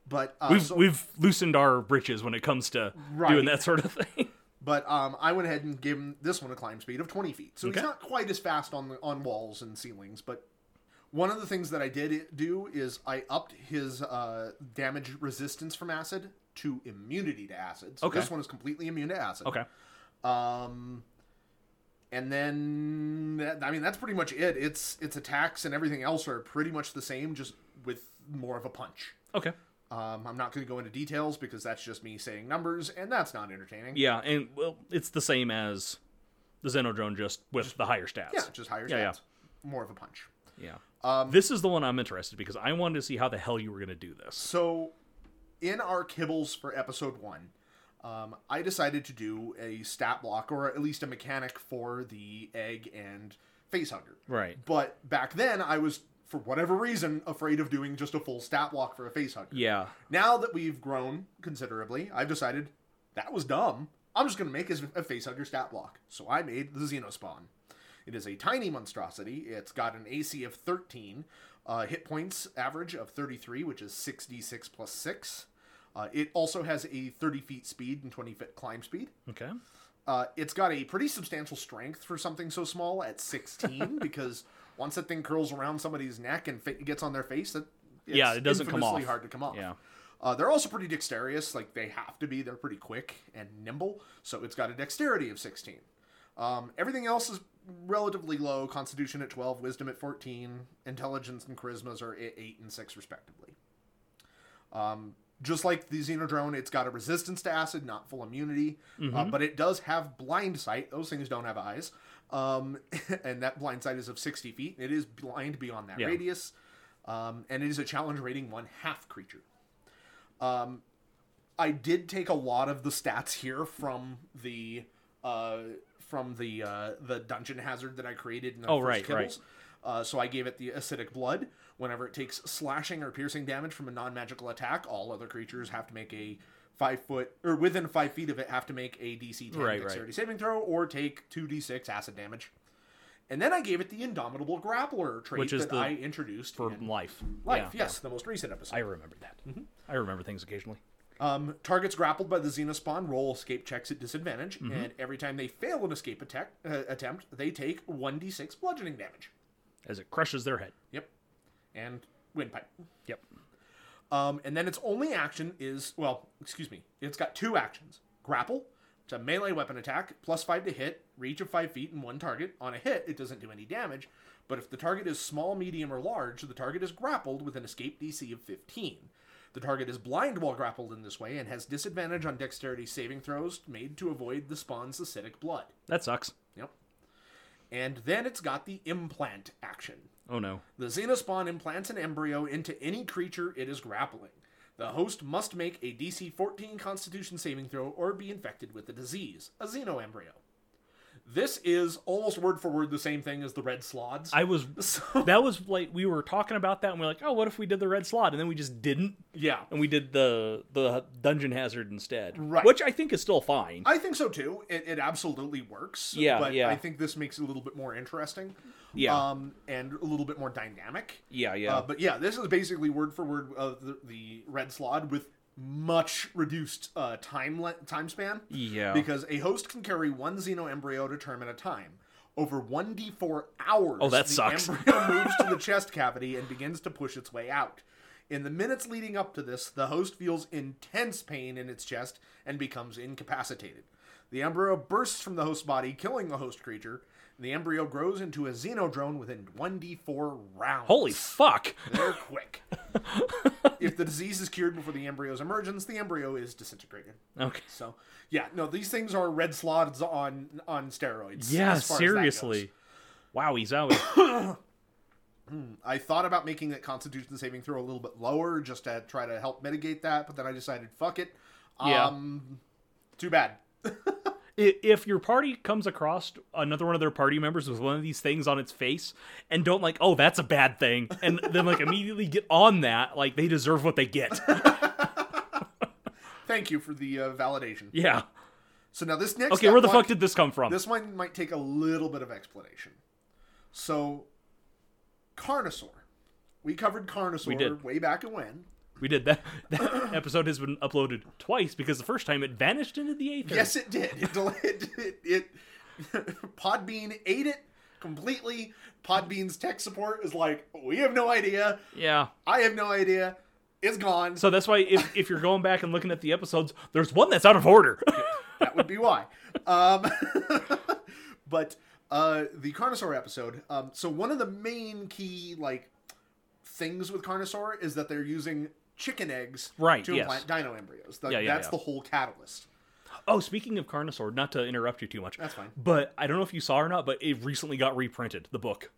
Speaker 1: But uh,
Speaker 2: We've
Speaker 1: so-
Speaker 2: we've loosened our britches when it comes to
Speaker 1: Right.
Speaker 2: doing that sort of thing.
Speaker 1: but um, I went ahead and gave him this one a climb speed of 20 feet. So he's
Speaker 2: Okay.
Speaker 1: not quite as fast on the, on walls and ceilings. But one of the things that I did i- do is I upped his uh, damage resistance from acid to immunity to acid. So
Speaker 2: Okay.
Speaker 1: this one is completely immune to acid.
Speaker 2: okay.
Speaker 1: Um, and then that, I mean that's pretty much it. It's its attacks and everything else are pretty much the same, just with more of a punch.
Speaker 2: Okay.
Speaker 1: Um, I'm not going to go into details because that's just me saying numbers, and that's not entertaining.
Speaker 2: Yeah, and well, it's the same as the Xenodrome, just with the higher stats.
Speaker 1: Yeah, Um, just higher stats,
Speaker 2: Yeah,
Speaker 1: more of a punch.
Speaker 2: Yeah. this is the one I'm interested because I wanted to see how the hell you were going to do this.
Speaker 1: So, in our kibbles for episode one, um, I decided to do a stat block or at least a mechanic for the egg and facehugger.
Speaker 2: Right.
Speaker 1: But back then, I was, for whatever reason, afraid of doing just a full stat block for a facehugger.
Speaker 2: Yeah.
Speaker 1: Now that we've grown considerably, I've decided that was dumb. I'm just going to make as a facehugger stat block. So I made the Xenospawn. It is a tiny monstrosity. It's got an AC of 13, uh, hit points average of 33, which is 6d6 plus 6. Uh, it also has a 30 feet speed and 20 foot climb speed.
Speaker 2: Okay.
Speaker 1: Uh, it's got a pretty substantial strength for something so small at 16 because once that thing curls around somebody's neck and fa- gets on their face, that it's
Speaker 2: Yeah, it doesn't come
Speaker 1: infamously
Speaker 2: off.
Speaker 1: hard to come off.
Speaker 2: Yeah.
Speaker 1: Uh, they're also pretty dexterous, like they have to be. They're pretty quick and nimble, so it's got a dexterity of 16. Um, everything else is relatively low Constitution at 12, Wisdom at 14, Intelligence and Charismas are at 8 and 6, respectively. Um, just like the Xenodrone, it's got a resistance to acid, not full immunity, uh,
Speaker 2: Mm-hmm.
Speaker 1: but it does have blind sight. Those things don't have eyes. Um, and that blind sight is of 60 feet. It is blind beyond that
Speaker 2: Yeah.
Speaker 1: radius. Um, and it is a challenge rating one half creature. Um, I did take a lot of the stats here from the uh, from the uh, the dungeon hazard that I created in the
Speaker 2: Oh,
Speaker 1: first
Speaker 2: right,
Speaker 1: Kibbles.
Speaker 2: right.
Speaker 1: Uh, so I gave it the acidic blood. Whenever it takes slashing or piercing damage from a non-magical attack, all other creatures have to make a five foot or within five feet of it have to make a DC 10
Speaker 2: Right, right.
Speaker 1: dexterity saving throw or take two d6 acid damage. And then I gave it the indomitable grappler trait
Speaker 2: Which is
Speaker 1: that
Speaker 2: the-
Speaker 1: I introduced
Speaker 2: for
Speaker 1: in
Speaker 2: life.
Speaker 1: life. Mm-hmm.
Speaker 2: Yeah.
Speaker 1: yes, the most recent episode.
Speaker 2: I remember that. I remember things occasionally.
Speaker 1: Um, targets grappled by the Xenospawn roll escape checks at disadvantage,
Speaker 2: Mm-hmm.
Speaker 1: and every time they fail an escape attack uh, attempt, they take 1d6 bludgeoning damage.
Speaker 2: As it crushes their head.
Speaker 1: Yep. And windpipe.
Speaker 2: Yep.
Speaker 1: Um, and then its only action is, well, excuse me, it's got two actions grapple, it's a melee weapon attack, plus five to hit, reach of five feet, and one target. On a hit, it doesn't do any damage, but if the target is small, medium, or large, the target is grappled with an escape DC of 15. The target is blind while grappled in this way and has disadvantage on dexterity saving throws made to avoid the spawn's acidic blood.
Speaker 2: That sucks.
Speaker 1: Yep. And then it's got the implant action.
Speaker 2: Oh no.
Speaker 1: The xenospawn implants an embryo into any creature it is grappling. The host must make a DC 14 Constitution saving throw or be infected with the disease, a xenoembryo. This is almost word for word the same thing as the red slods.
Speaker 2: I was.
Speaker 1: so,
Speaker 2: That was like we were talking about that, and we are like, oh, what if we did the red slot, and then we just didn't,
Speaker 1: yeah,
Speaker 2: and we did the the dungeon hazard instead,
Speaker 1: Right.
Speaker 2: Which I think is still fine.
Speaker 1: I think so too. It, it absolutely works.
Speaker 2: Yeah,
Speaker 1: but
Speaker 2: yeah.
Speaker 1: I think this makes it a little bit more interesting.
Speaker 2: Yeah.
Speaker 1: um, and a little bit more dynamic.
Speaker 2: yeah, yeah.
Speaker 1: Uh, but yeah, this is basically word for word of the, the Red Slod with much reduced uh, time le- time span.
Speaker 2: Yeah.
Speaker 1: Because a host can carry one xeno embryo to term at a time. Over 1d4 hours,
Speaker 2: Oh, that
Speaker 1: the
Speaker 2: sucks.
Speaker 1: embryo moves to the chest cavity and begins to push its way out. In the minutes leading up to this, the host feels intense pain in its chest and becomes incapacitated. The embryo bursts from the host body, killing the host creature. The embryo grows into a xenodrone within 1d4 rounds.
Speaker 2: Holy fuck!
Speaker 1: They're quick. if the disease is cured before the embryo's emergence, the embryo is disintegrated.
Speaker 2: Okay.
Speaker 1: So, yeah, no, these things are red slots on on steroids.
Speaker 2: Yeah,
Speaker 1: as far as that
Speaker 2: seriously.
Speaker 1: goes.
Speaker 2: Wow, he's out.
Speaker 1: I thought about making that Constitution saving throw a little bit lower just to try to help mitigate that, but then I decided, fuck it.
Speaker 2: Yeah.
Speaker 1: Um, too bad.
Speaker 2: I- if your party comes across another one of their party members with one of these things on its face and don't like oh that's a bad thing and then like immediately get on that like they deserve what they get
Speaker 1: Thank you for the uh, validation.
Speaker 2: yeah
Speaker 1: So now this next.
Speaker 2: okay where the
Speaker 1: step
Speaker 2: fuck did this come from
Speaker 1: This one might take a little bit of explanation. So, Carnosaur. We covered Carnosaur
Speaker 2: did.
Speaker 1: way back in when.
Speaker 2: we did that that episode has been uploaded twice because the first time it vanished into the aether
Speaker 1: Yes, it did. It, del- it, it, it Podbean ate it completely. Podbean's tech support is like, we have no idea.
Speaker 2: yeah
Speaker 1: I have no idea. It's gone.
Speaker 2: so that's why if, if you're going back and looking at the episodes there's one that's out of order
Speaker 1: that would be why. Um, but uh, the Carnosaur episode. Um, so one of the main key like things with Carnosaur is that they're using chicken eggs
Speaker 2: Right,
Speaker 1: to
Speaker 2: yes.
Speaker 1: implant dino embryos. That,
Speaker 2: Yeah, yeah,
Speaker 1: that's
Speaker 2: yeah.
Speaker 1: the whole catalyst.
Speaker 2: oh speaking of carnosaur not to interrupt you too much
Speaker 1: That's fine.
Speaker 2: but i don't know if you saw or not but it recently got reprinted the book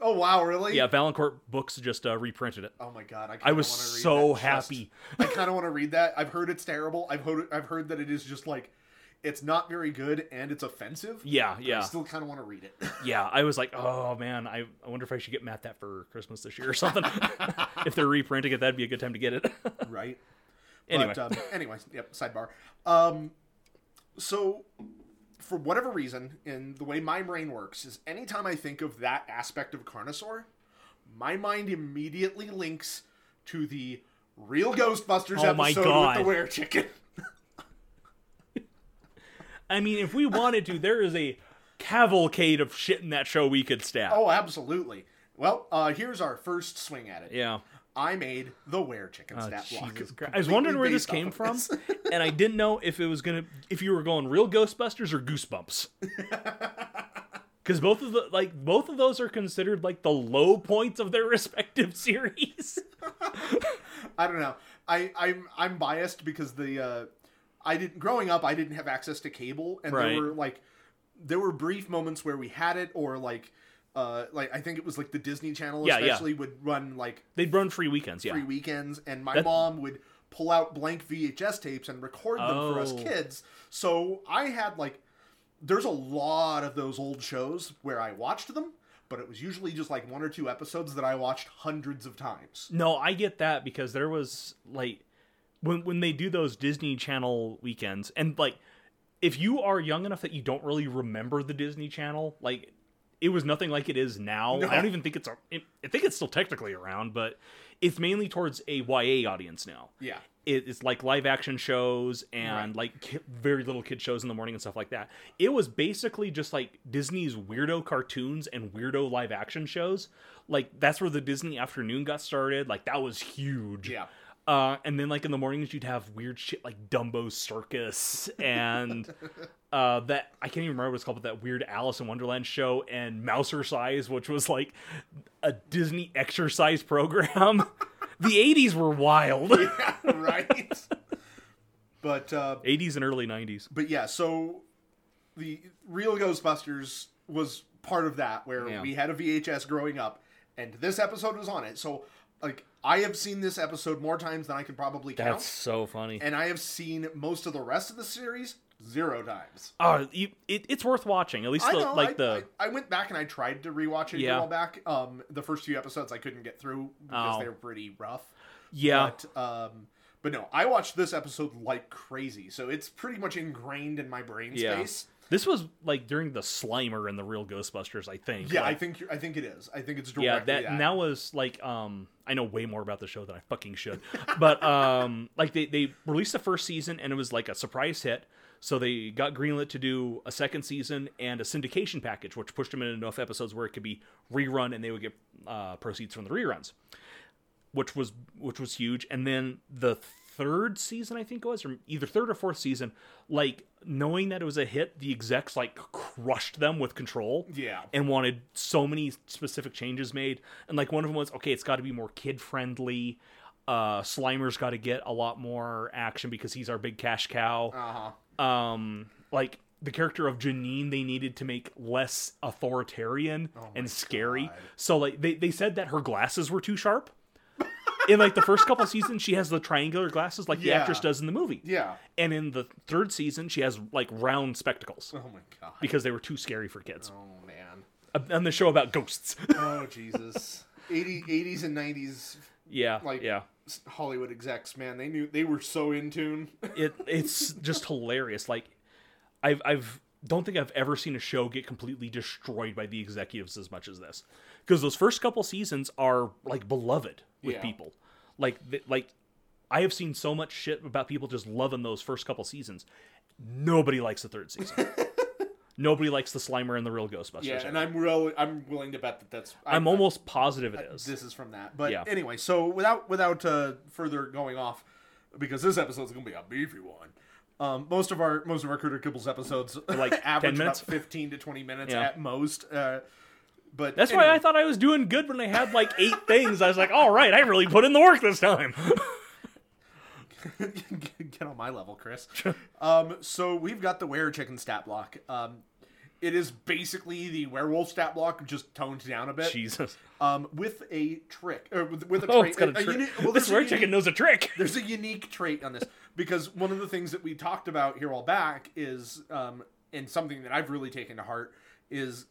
Speaker 1: Oh wow, really?
Speaker 2: Yeah, Valancourt Books just uh, reprinted it.
Speaker 1: Oh my god, I,
Speaker 2: I
Speaker 1: kinda
Speaker 2: was
Speaker 1: wanna read
Speaker 2: so
Speaker 1: that just-
Speaker 2: happy.
Speaker 1: I kind of want to read that. I've heard it's terrible. I've heard I've heard that it is just like it's not very good and it's offensive.
Speaker 2: Yeah,
Speaker 1: but I
Speaker 2: yeah,
Speaker 1: still kind of want to read it.
Speaker 2: yeah. I was like, oh man, I, I wonder if I should get Matt that for Christmas this year or something. if they're reprinting it, that'd be a good time to get it.
Speaker 1: right?
Speaker 2: Anyway.
Speaker 1: But, um, anyway, yep, sidebar. Um, so, for whatever reason, in the way my brain works, is anytime I think of that aspect of Carnosaur, my mind immediately links to the real Ghostbusters
Speaker 2: Oh
Speaker 1: episode
Speaker 2: my
Speaker 1: with
Speaker 2: God.
Speaker 1: the were chicken.
Speaker 2: I mean, if we wanted to, there is a cavalcade of shit in that show we could stab.
Speaker 1: Oh, absolutely. Well, uh, here's our first swing at it.
Speaker 2: Yeah. Oh,
Speaker 1: I made the where chicken stat block.
Speaker 2: Jesus
Speaker 1: It's
Speaker 2: Christ. I was
Speaker 1: completely
Speaker 2: wondering where this
Speaker 1: based off
Speaker 2: came
Speaker 1: of
Speaker 2: from,
Speaker 1: this.
Speaker 2: and I didn't know if it was gonna if you were going real Ghostbusters or Goosebumps. Because both of the like both of those are considered like the low points of their respective series.
Speaker 1: I don't know. I I'm I'm biased because the uh, I didn't growing up. I didn't have access to cable, and
Speaker 2: Right.
Speaker 1: there were like there were brief moments where we had it, or like uh, like I think it was like the Disney Channel
Speaker 2: Yeah, yeah.
Speaker 1: especially would run like
Speaker 2: They'd run free weekends, yeah.
Speaker 1: three weekends, and my
Speaker 2: That-
Speaker 1: mom would pull out blank VHS tapes and record them for us
Speaker 2: Oh.
Speaker 1: kids. So I had like, there's a lot of those old shows where I watched them, but it was usually just like one or two episodes that I watched hundreds of times.
Speaker 2: No, I get that because there was like when when they do those Disney Channel weekends and like if you are young enough that you don't really remember the Disney Channel, like it was nothing like it is now.
Speaker 1: No.
Speaker 2: I don't even think it's a, it, I think it's still technically around, but it's mainly towards a YA audience now.
Speaker 1: Yeah.
Speaker 2: It, it's like live action shows and like ki- very little kid shows in the morning and stuff like that. It was basically just like Disney's weirdo cartoons and weirdo live action shows. Like that's where the Disney afternoon got started. Like that was huge.
Speaker 1: Yeah.
Speaker 2: Uh, and then like in the mornings you'd have weird shit like Dumbo Circus and uh, that I can't even remember what it's called, but that weird Alice in Wonderland show and Mouser Size, which was like a Disney exercise program. the '80s were wild.
Speaker 1: right? but uh,
Speaker 2: 80s and early 90s.
Speaker 1: but yeah, so the real Ghostbusters was part of that where
Speaker 2: Yeah.
Speaker 1: we had a VHS growing up, and this episode was on it. So like I have seen this episode more times than I can probably count,
Speaker 2: That's so funny.
Speaker 1: and I have seen most of the rest of the series zero times.
Speaker 2: Oh, you, it, it's worth watching. At least
Speaker 1: I
Speaker 2: the,
Speaker 1: know,
Speaker 2: like
Speaker 1: I,
Speaker 2: the
Speaker 1: I, I went back and I tried to rewatch it
Speaker 2: Yeah.
Speaker 1: a while back. Um, the first few episodes I couldn't get through because
Speaker 2: Oh.
Speaker 1: they were pretty rough.
Speaker 2: yeah.
Speaker 1: But um but no, I watched this episode like crazy. So it's pretty much ingrained in my brain
Speaker 2: Yeah.
Speaker 1: space.
Speaker 2: This was like during the Slimer and the Real Ghostbusters, I think.
Speaker 1: Yeah, I
Speaker 2: Like,
Speaker 1: think you're, I think it is. I think it's directly
Speaker 2: yeah. That, and that was like um, I know way more about the show than I fucking should, but um, like they they released the first season and it was like a surprise hit. So they got greenlit to do a second season and a syndication package, which pushed them into enough episodes where it could be rerun and they would get uh, proceeds from the reruns. which was which was huge and then the third season i think it was or either third or fourth season like knowing that it was a hit the execs like crushed them with control
Speaker 1: Yeah.
Speaker 2: and wanted so many specific changes made and like one of them was okay it's got to be more kid friendly uh slimer's got to get a lot more action because he's our big cash cow
Speaker 1: uh-huh.
Speaker 2: um like the character of Janine they needed to make less authoritarian
Speaker 1: Oh
Speaker 2: and scary. So like they, they said that her glasses were too sharp. in like the first couple seasons she has the triangular glasses like the
Speaker 1: Yeah.
Speaker 2: actress does in the movie.
Speaker 1: Yeah.
Speaker 2: And in the third season she has like round spectacles
Speaker 1: Oh my god.
Speaker 2: because they were too scary for kids.
Speaker 1: Oh man.
Speaker 2: Uh, On the show about ghosts.
Speaker 1: Oh Jesus. 80 80s and 90s
Speaker 2: yeah.
Speaker 1: Like-
Speaker 2: yeah.
Speaker 1: Hollywood execs, man, they knew they were so in tune.
Speaker 2: it it's just hilarious. Like I've I've don't think I've ever seen a show get completely destroyed by the executives as much as this. Because those first couple seasons are like beloved with
Speaker 1: Yeah.
Speaker 2: people. Like th- like I have seen so much shit about people just loving those first couple seasons. Nobody likes the third season. Nobody likes the Slimer and the real Ghostbusters.
Speaker 1: yeah, and I'm real I'm willing to bet that that's I-
Speaker 2: I'm almost positive it is.
Speaker 1: this is from that. But
Speaker 2: Yeah.
Speaker 1: anyway, so without without uh, further going off, because this episode's gonna be a beefy one. Um, most of our most of our Critter Kibbles episodes
Speaker 2: like 10
Speaker 1: average
Speaker 2: minutes?
Speaker 1: about fifteen to twenty minutes
Speaker 2: Yeah.
Speaker 1: at most. Uh, but
Speaker 2: That's why I thought I was doing good when I had like eight things. I was like, all right, I really put in the work this time.
Speaker 1: I get on my level, Chris. um, so we've got the Were Chicken stat block. Um, it is basically the werewolf stat block just toned down a bit.
Speaker 2: Jesus.
Speaker 1: Um, with a trick or with, with a
Speaker 2: Oh,
Speaker 1: trait.
Speaker 2: it's got a trick.
Speaker 1: uni- well,
Speaker 2: this
Speaker 1: there's a
Speaker 2: rare
Speaker 1: unique-
Speaker 2: chicken knows a trick.
Speaker 1: there's a unique trait on this because one of the things that we talked about here all back is um, and something that I've really taken to heart is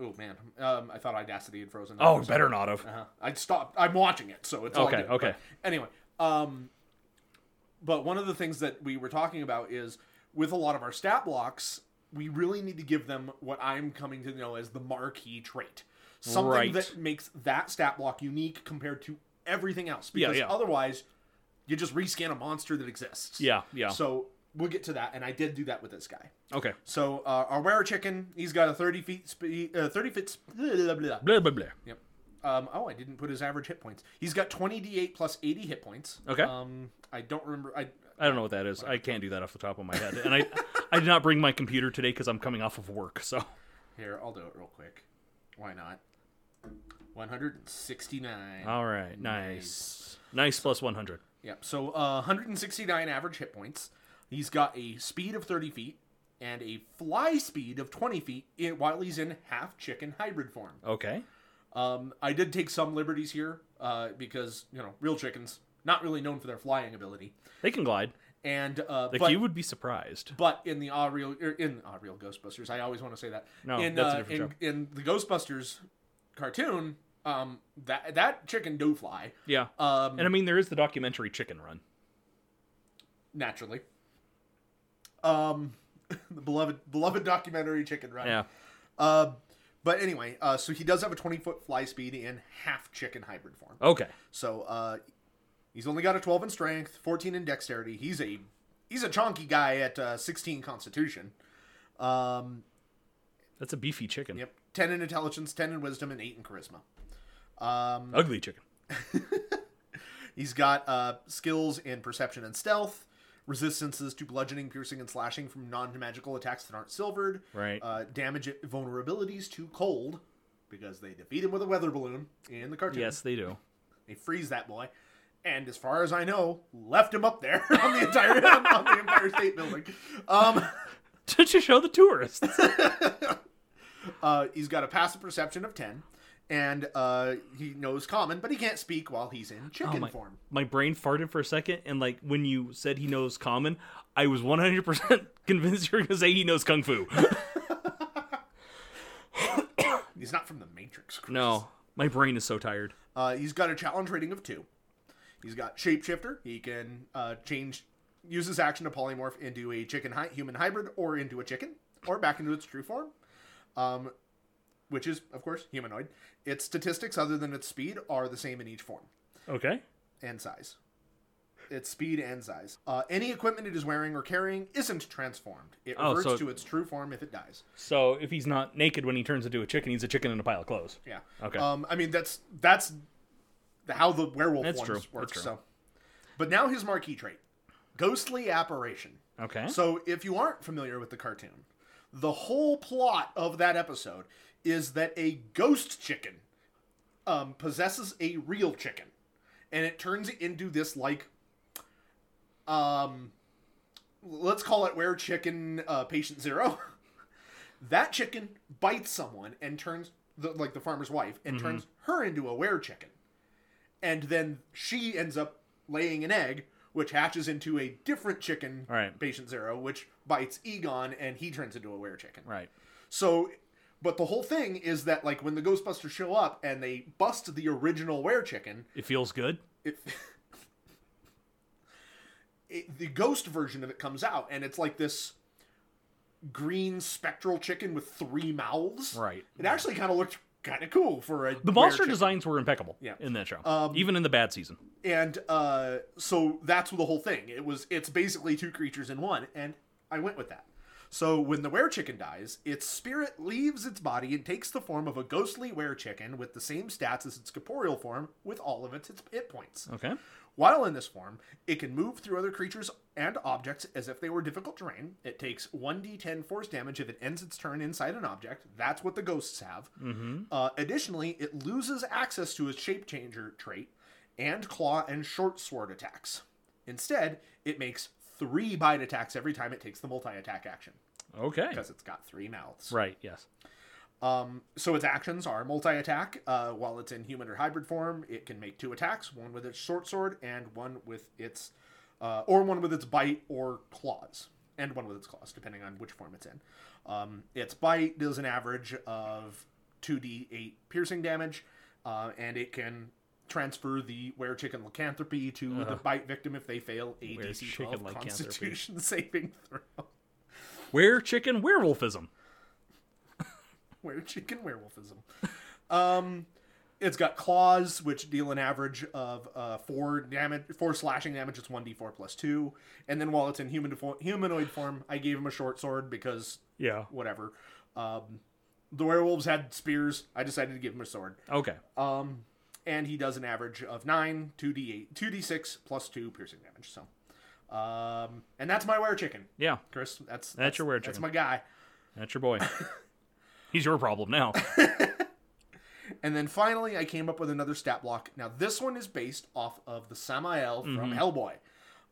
Speaker 1: oh man um, I thought audacity had frozen
Speaker 2: Oh, better not have.
Speaker 1: uh, I stopped I'm watching it so it's all
Speaker 2: Okay,
Speaker 1: good.
Speaker 2: okay.
Speaker 1: But anyway um but one of the things that we were talking about is with a lot of our stat blocks we really need to give them what I'm coming to know as the marquee trait something
Speaker 2: Right.
Speaker 1: that makes that stat block unique compared to everything else because
Speaker 2: yeah.
Speaker 1: otherwise you just rescan a monster that exists.
Speaker 2: Yeah, yeah.
Speaker 1: So we'll get to that, and I did do that with this guy.
Speaker 2: Okay.
Speaker 1: So uh, our wearer chicken, he's got a thirty feet, spe- uh, thirty feet, sp- blah, blah, blah.
Speaker 2: Blah blah blah.
Speaker 1: Yep. Um, oh, I didn't put his average hit points. He's got 20d8 plus 80 hit points.
Speaker 2: Okay.
Speaker 1: Um, I don't remember. I
Speaker 2: I don't know what that is. I can't do that off the top of my head. And I I did not bring my computer today because I'm coming off of work. So
Speaker 1: here I'll do it real quick. Why not? 169.
Speaker 2: all right, nice, nice plus 100.
Speaker 1: Yep. So uh, 169 average hit points. He's got a speed of 30 feet and a fly speed of 20 feet i- while he's in half chicken hybrid form.
Speaker 2: Okay.
Speaker 1: Um, I did take some liberties here uh, because you know real chickens not really known for their flying ability.
Speaker 2: They can glide.
Speaker 1: And uh,
Speaker 2: Like
Speaker 1: but,
Speaker 2: you would be surprised.
Speaker 1: but in the ah real er, in ah real Ghostbusters, I always want to say that.
Speaker 2: No,
Speaker 1: in,
Speaker 2: that's a
Speaker 1: uh,
Speaker 2: different
Speaker 1: in, in the Ghostbusters cartoon, um, that that chicken do fly.
Speaker 2: Yeah.
Speaker 1: Um,
Speaker 2: and I mean, there is the documentary Chicken Run.
Speaker 1: naturally. Um, the beloved beloved documentary Chicken Run.
Speaker 2: Yeah.
Speaker 1: Uh, but anyway, uh, so he does have a twenty foot fly speed in half chicken hybrid form.
Speaker 2: Okay.
Speaker 1: So uh, he's only got a twelve in strength, fourteen in dexterity. He's a he's a chonky guy at uh, sixteen constitution. Um,
Speaker 2: That's a beefy chicken.
Speaker 1: yep, ten in intelligence, ten in wisdom, and eight in charisma. Um,
Speaker 2: Ugly chicken.
Speaker 1: He's got uh, skills in perception and stealth, resistances to bludgeoning, piercing, and slashing from non-magical attacks that aren't silvered.
Speaker 2: Right.
Speaker 1: Uh, damage vulnerabilities to cold, because they defeat him with a weather balloon in the cartoon.
Speaker 2: yes, they do.
Speaker 1: They freeze that boy, and as far as I know, left him up there on the entire on the Empire State Building. Um,
Speaker 2: to to show the tourists.
Speaker 1: uh, he's got a passive perception of ten. And uh, he knows common, but he can't speak while he's in chicken
Speaker 2: Oh my-
Speaker 1: form.
Speaker 2: My brain farted for a second, and like when you said he knows common, I was 100% convinced you were going to say he knows kung fu.
Speaker 1: He's not from the Matrix. Chris.
Speaker 2: No, my brain is so tired.
Speaker 1: Uh, he's got a challenge rating of two. He's got shapeshifter. He can uh, change, use his action to polymorph into a chicken hi- human hybrid, or into a chicken, or back into its true form, um, which is of course humanoid. Its statistics, other than its speed, are the same in each form
Speaker 2: Okay.
Speaker 1: and size. Its speed and size. Uh, any equipment it is wearing or carrying isn't transformed. It
Speaker 2: Oh,
Speaker 1: reverts
Speaker 2: so-
Speaker 1: to its true form if it dies.
Speaker 2: So if he's not naked when he turns into a chicken, he's a chicken in a pile of clothes.
Speaker 1: Yeah.
Speaker 2: Okay.
Speaker 1: Um, I mean that's that's the, how the werewolf
Speaker 2: That's
Speaker 1: ones
Speaker 2: true.
Speaker 1: work.
Speaker 2: That's true.
Speaker 1: So, but now his marquee trait, ghostly apparition.
Speaker 2: Okay.
Speaker 1: So if you aren't familiar with the cartoon, the whole plot of that episode is that a ghost chicken um, possesses a real chicken, and it turns it into this like, um, let's call it where chicken uh, patient zero. that chicken bites someone and turns the, like the farmer's wife and
Speaker 2: Mm-hmm.
Speaker 1: turns her into a were chicken and then she ends up laying an egg which hatches into a different chicken
Speaker 2: All right.
Speaker 1: patient zero which bites egon and he turns into a were chicken
Speaker 2: Right.
Speaker 1: so but the whole thing is that like when the ghostbusters show up and they bust the original were chicken
Speaker 2: It feels good.
Speaker 1: it, it, the ghost version of it comes out and it's like this green spectral chicken with three mouths
Speaker 2: Right.
Speaker 1: it actually kind of looked kind of cool for a
Speaker 2: The monster
Speaker 1: design.
Speaker 2: designs were impeccable
Speaker 1: Yeah.
Speaker 2: in that show,
Speaker 1: Um,
Speaker 2: even in the bad season.
Speaker 1: and uh, so that's the whole thing. It was it's basically two creatures in one, and I went with that. So when the were chicken dies, its spirit leaves its body and takes the form of a ghostly were chicken with the same stats as its corporeal form, with all of its its hit points.
Speaker 2: Okay.
Speaker 1: While in this form, it can move through other creatures and objects as if they were difficult terrain. It takes 1d10 force damage if it ends its turn inside an object. That's what the ghosts have. Mm-hmm. Uh, additionally, it loses access to its shape changer trait and claw and short sword attacks. Instead, it makes three bite attacks every time it takes the multi attack action
Speaker 2: Okay.
Speaker 1: because it's got three mouths.
Speaker 2: Right. Yes.
Speaker 1: Um, so its actions are multi-attack. Uh, while it's in human or hybrid form, it can make two attacks: one with its short sword and one with its, uh, or one with its bite or claws, and one with its claws, depending on which form it's in. Um, its bite does an average of two d eight piercing damage, uh, and it can transfer the were chicken lycanthropy to the bite victim if they fail a
Speaker 2: Uh-huh. Were
Speaker 1: DC
Speaker 2: chicken
Speaker 1: twelve
Speaker 2: lycanthropy.
Speaker 1: Constitution saving throw.
Speaker 2: Where chicken werewolfism.
Speaker 1: where chicken werewolfism. Um, it's got claws, which deal an average of uh, four damage, four slashing damage. It's one d four plus two, and then while it's in human humanoid form, I gave him a short sword because
Speaker 2: Yeah.
Speaker 1: whatever. Um, The werewolves had spears. I decided to give him a sword.
Speaker 2: Okay.
Speaker 1: Um, and he does an average of 9, 2d8, 2d6 plus 2 piercing damage. So, um, and that's my were chicken,
Speaker 2: Yeah.
Speaker 1: Chris. That's that's,
Speaker 2: your were
Speaker 1: That's
Speaker 2: chicken.
Speaker 1: my guy.
Speaker 2: That's your boy. He's your problem now.
Speaker 1: And then finally, I came up with another stat block. Now, this one is based off of the Samael
Speaker 2: Mm-hmm.
Speaker 1: from Hellboy.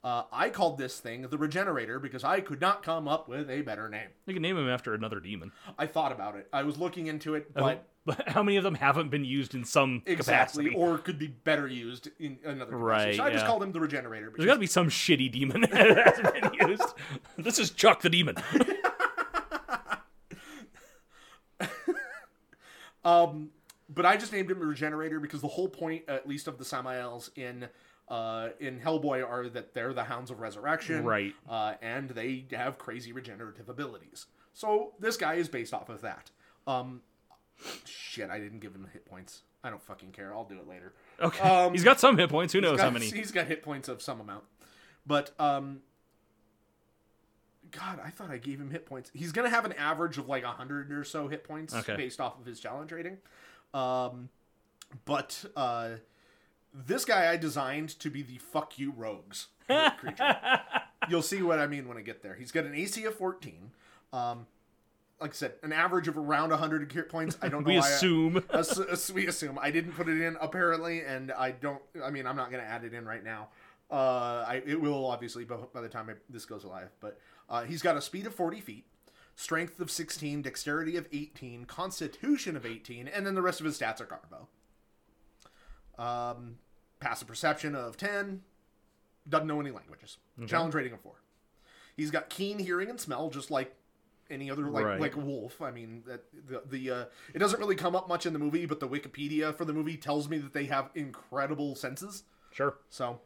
Speaker 1: Uh, I called this thing the Regenerator because I could not come up with a better name.
Speaker 2: You can name him after another demon.
Speaker 1: I thought about it. I was looking into it,
Speaker 2: Oh,
Speaker 1: but
Speaker 2: But how many of them haven't been used in some
Speaker 1: exactly,
Speaker 2: capacity?
Speaker 1: or could be better used in another capacity.
Speaker 2: Right,
Speaker 1: So I just
Speaker 2: yeah.
Speaker 1: called him the Regenerator.
Speaker 2: There's
Speaker 1: Because
Speaker 2: got to be some shitty demon that hasn't been used. this is Chuck the demon.
Speaker 1: Um, but I just named him the Regenerator because the whole point, at least of the Samaels in uh, in Hellboy, are that they're the Hounds of Resurrection,
Speaker 2: Right.
Speaker 1: Uh, and they have crazy regenerative abilities. So this guy is based off of that. Um, shit, I didn't give him hit points. I don't fucking care. I'll do it later.
Speaker 2: Okay.
Speaker 1: Um,
Speaker 2: he's got some hit points. Who knows
Speaker 1: got-
Speaker 2: how many?
Speaker 1: He's got hit points of some amount, but um, God, I thought I gave him hit points. He's gonna have an average of like hundred or so hit points
Speaker 2: Okay.
Speaker 1: based off of his challenge rating. Um, but uh, this guy I designed to be the fuck you rogues creature. You'll see what I mean when I get there. He's got an AC of fourteen. Um, like I said, an average of around hundred hit points. I don't know.
Speaker 2: We
Speaker 1: why I-
Speaker 2: assume.
Speaker 1: as, as we assume. I didn't put it in apparently, and I don't. I mean, I'm not going to add it in right now. Uh, I, it will obviously by, by the time I, this goes live. But uh, he's got a speed of 40 feet, strength of 16, dexterity of 18, constitution of 18, and then the rest of his stats are carbo. Um, passive perception of 10. Doesn't know any languages. Challenge rating of four. He's got keen hearing and smell, just like any other like
Speaker 2: Right.
Speaker 1: like wolf. I mean, that the the uh, it doesn't really come up much in the movie, but the Wikipedia for the movie tells me that they have incredible senses.
Speaker 2: Sure.
Speaker 1: So,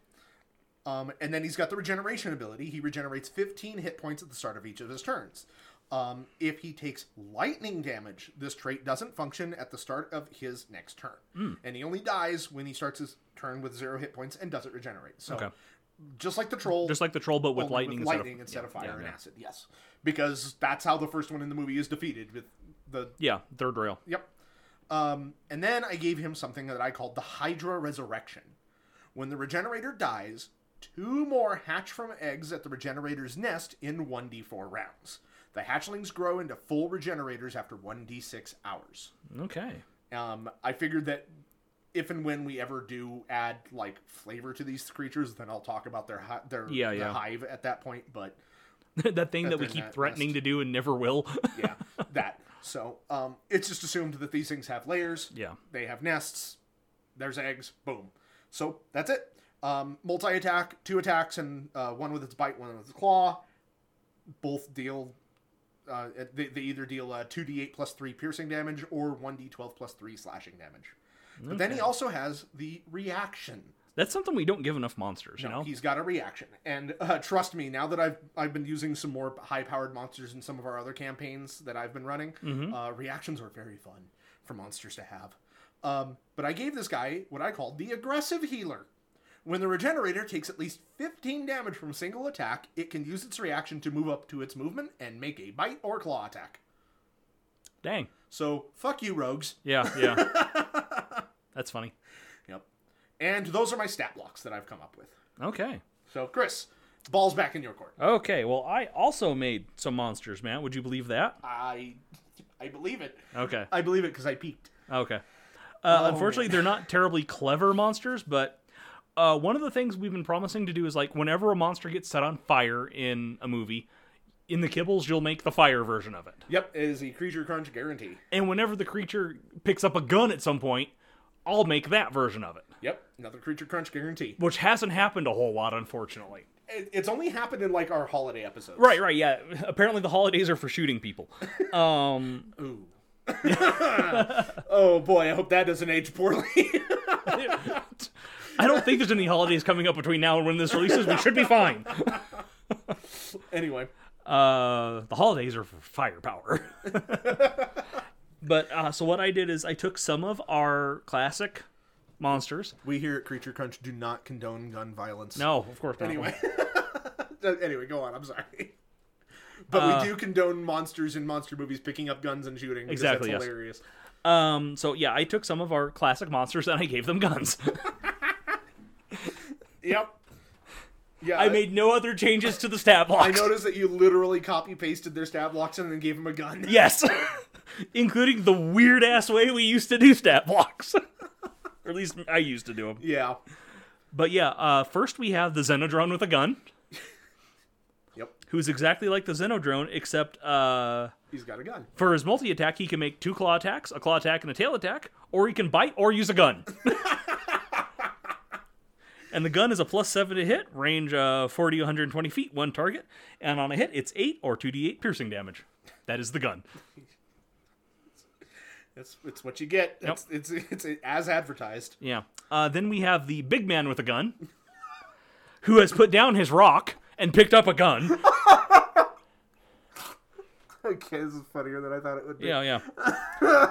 Speaker 1: um, and then he's got the regeneration ability. He regenerates 15 hit points at the start of each of his turns. Um, if he takes lightning damage, this trait doesn't function at the start of his next turn,
Speaker 2: Hmm.
Speaker 1: and he only dies when he starts his turn with zero hit points and doesn't regenerate. So,
Speaker 2: Okay.
Speaker 1: just like the troll,
Speaker 2: Just like the troll, but with
Speaker 1: only
Speaker 2: lightning,
Speaker 1: with lightning instead
Speaker 2: yeah,
Speaker 1: of fire
Speaker 2: yeah,
Speaker 1: and
Speaker 2: yeah.
Speaker 1: acid. Yes, because that's how the first one in the movie is defeated with the
Speaker 2: Yeah, third rail.
Speaker 1: Yep. Um, and then I gave him something that I called the Hydra Resurrection. When the regenerator dies, two more hatch from eggs at the regenerator's nest in 1d4 rounds. The hatchlings grow into full regenerators after 1d6 hours.
Speaker 2: Okay.
Speaker 1: Um, I figured that if and when we ever do add like flavor to these creatures, then I'll talk about their hi- their,
Speaker 2: Yeah,
Speaker 1: their
Speaker 2: yeah.
Speaker 1: hive at that point. But
Speaker 2: that thing that we
Speaker 1: they're
Speaker 2: keep
Speaker 1: not
Speaker 2: threatening to do and never will.
Speaker 1: yeah, that. So um, it's just assumed that these things have layers.
Speaker 2: yeah.
Speaker 1: They have nests. There's eggs. Boom. So that's it. Um, Multi attack, two attacks, and uh, one with its bite, one with its claw. Both deal. Uh, they, they either deal uh, 2d8 plus 3 piercing damage or 1d12 plus 3 slashing damage. But then he also has the reaction.
Speaker 2: That's something we don't give enough monsters, you know?
Speaker 1: He's got a reaction. And uh, trust me, now that I've, I've been using some more high powered monsters in some of our other campaigns that I've been running,
Speaker 2: Mm-hmm.
Speaker 1: uh, reactions are very fun for monsters to have. Um, but I gave this guy what I called the aggressive healer. When the regenerator takes at least 15 damage from a single attack, it can use its reaction to move up to its movement and make a bite or claw attack.
Speaker 2: Dang.
Speaker 1: So, fuck you, rogues.
Speaker 2: Yeah, yeah. That's funny.
Speaker 1: Yep. And those are my stat blocks that I've come up with.
Speaker 2: Okay.
Speaker 1: So, Chris, ball's back in your court.
Speaker 2: Okay, well, I also made some monsters, man. Would you believe that?
Speaker 1: I I believe it.
Speaker 2: Okay.
Speaker 1: I believe it because I peeked.
Speaker 2: Okay. Uh, unfortunately, they're not terribly clever monsters, but uh, one of the things we've been promising to do is like whenever a monster gets set on fire in a movie, in the kibbles, you'll make the fire version of it.
Speaker 1: Yep, it is a creature crunch guarantee.
Speaker 2: And whenever the creature picks up a gun at some point, I'll make that version of it,
Speaker 1: Yep, another creature crunch guarantee.
Speaker 2: which hasn't happened a whole lot, unfortunately.
Speaker 1: It- It's only happened in like our holiday episodes.
Speaker 2: Right, right, yeah. Apparently, the holidays are for shooting people. Um,
Speaker 1: Ooh. oh boy, I hope that doesn't age poorly.
Speaker 2: I don't think there's any holidays coming up between now and when this releases. We should be fine.
Speaker 1: anyway,
Speaker 2: Uh, the holidays are for firepower. but uh, so what I did is I took some of our classic monsters.
Speaker 1: we here at Creature Crunch do not condone gun violence.
Speaker 2: No, of course not.
Speaker 1: Anyway, anyway, go on. I'm sorry. But
Speaker 2: Uh.
Speaker 1: we do condone monsters in monster movies picking up guns and shooting. because
Speaker 2: Exactly,
Speaker 1: That's
Speaker 2: yes.
Speaker 1: hilarious.
Speaker 2: Um, so yeah, I took some of our classic monsters and I gave them guns.
Speaker 1: Yep. Yeah.
Speaker 2: I made no other changes to the stat blocks.
Speaker 1: I noticed that you literally copy pasted their stab blocks and then gave him a gun.
Speaker 2: Yes, including the weird ass way we used to do stat blocks, or at least I used to do them.
Speaker 1: Yeah.
Speaker 2: But yeah, uh, first we have the Xenodrone with a gun,
Speaker 1: Yep.
Speaker 2: who's exactly like the Xenodrone, except uh,
Speaker 1: He's got a gun.
Speaker 2: for his multi attack, he can make two claw attacks, a claw attack, and a tail attack, or he can bite or use a gun. and the gun is a plus seven to hit, range uh, 40 120 feet, one target, and on a hit, it's eight or 2d8 piercing damage. That is the gun.
Speaker 1: That's it's what you get. It's it's, it's as advertised.
Speaker 2: Yeah. Uh, then we have the big man with a gun, who has put down his rock and picked up a gun.
Speaker 1: Okay, this is funnier than I thought it would be.
Speaker 2: Yeah, yeah.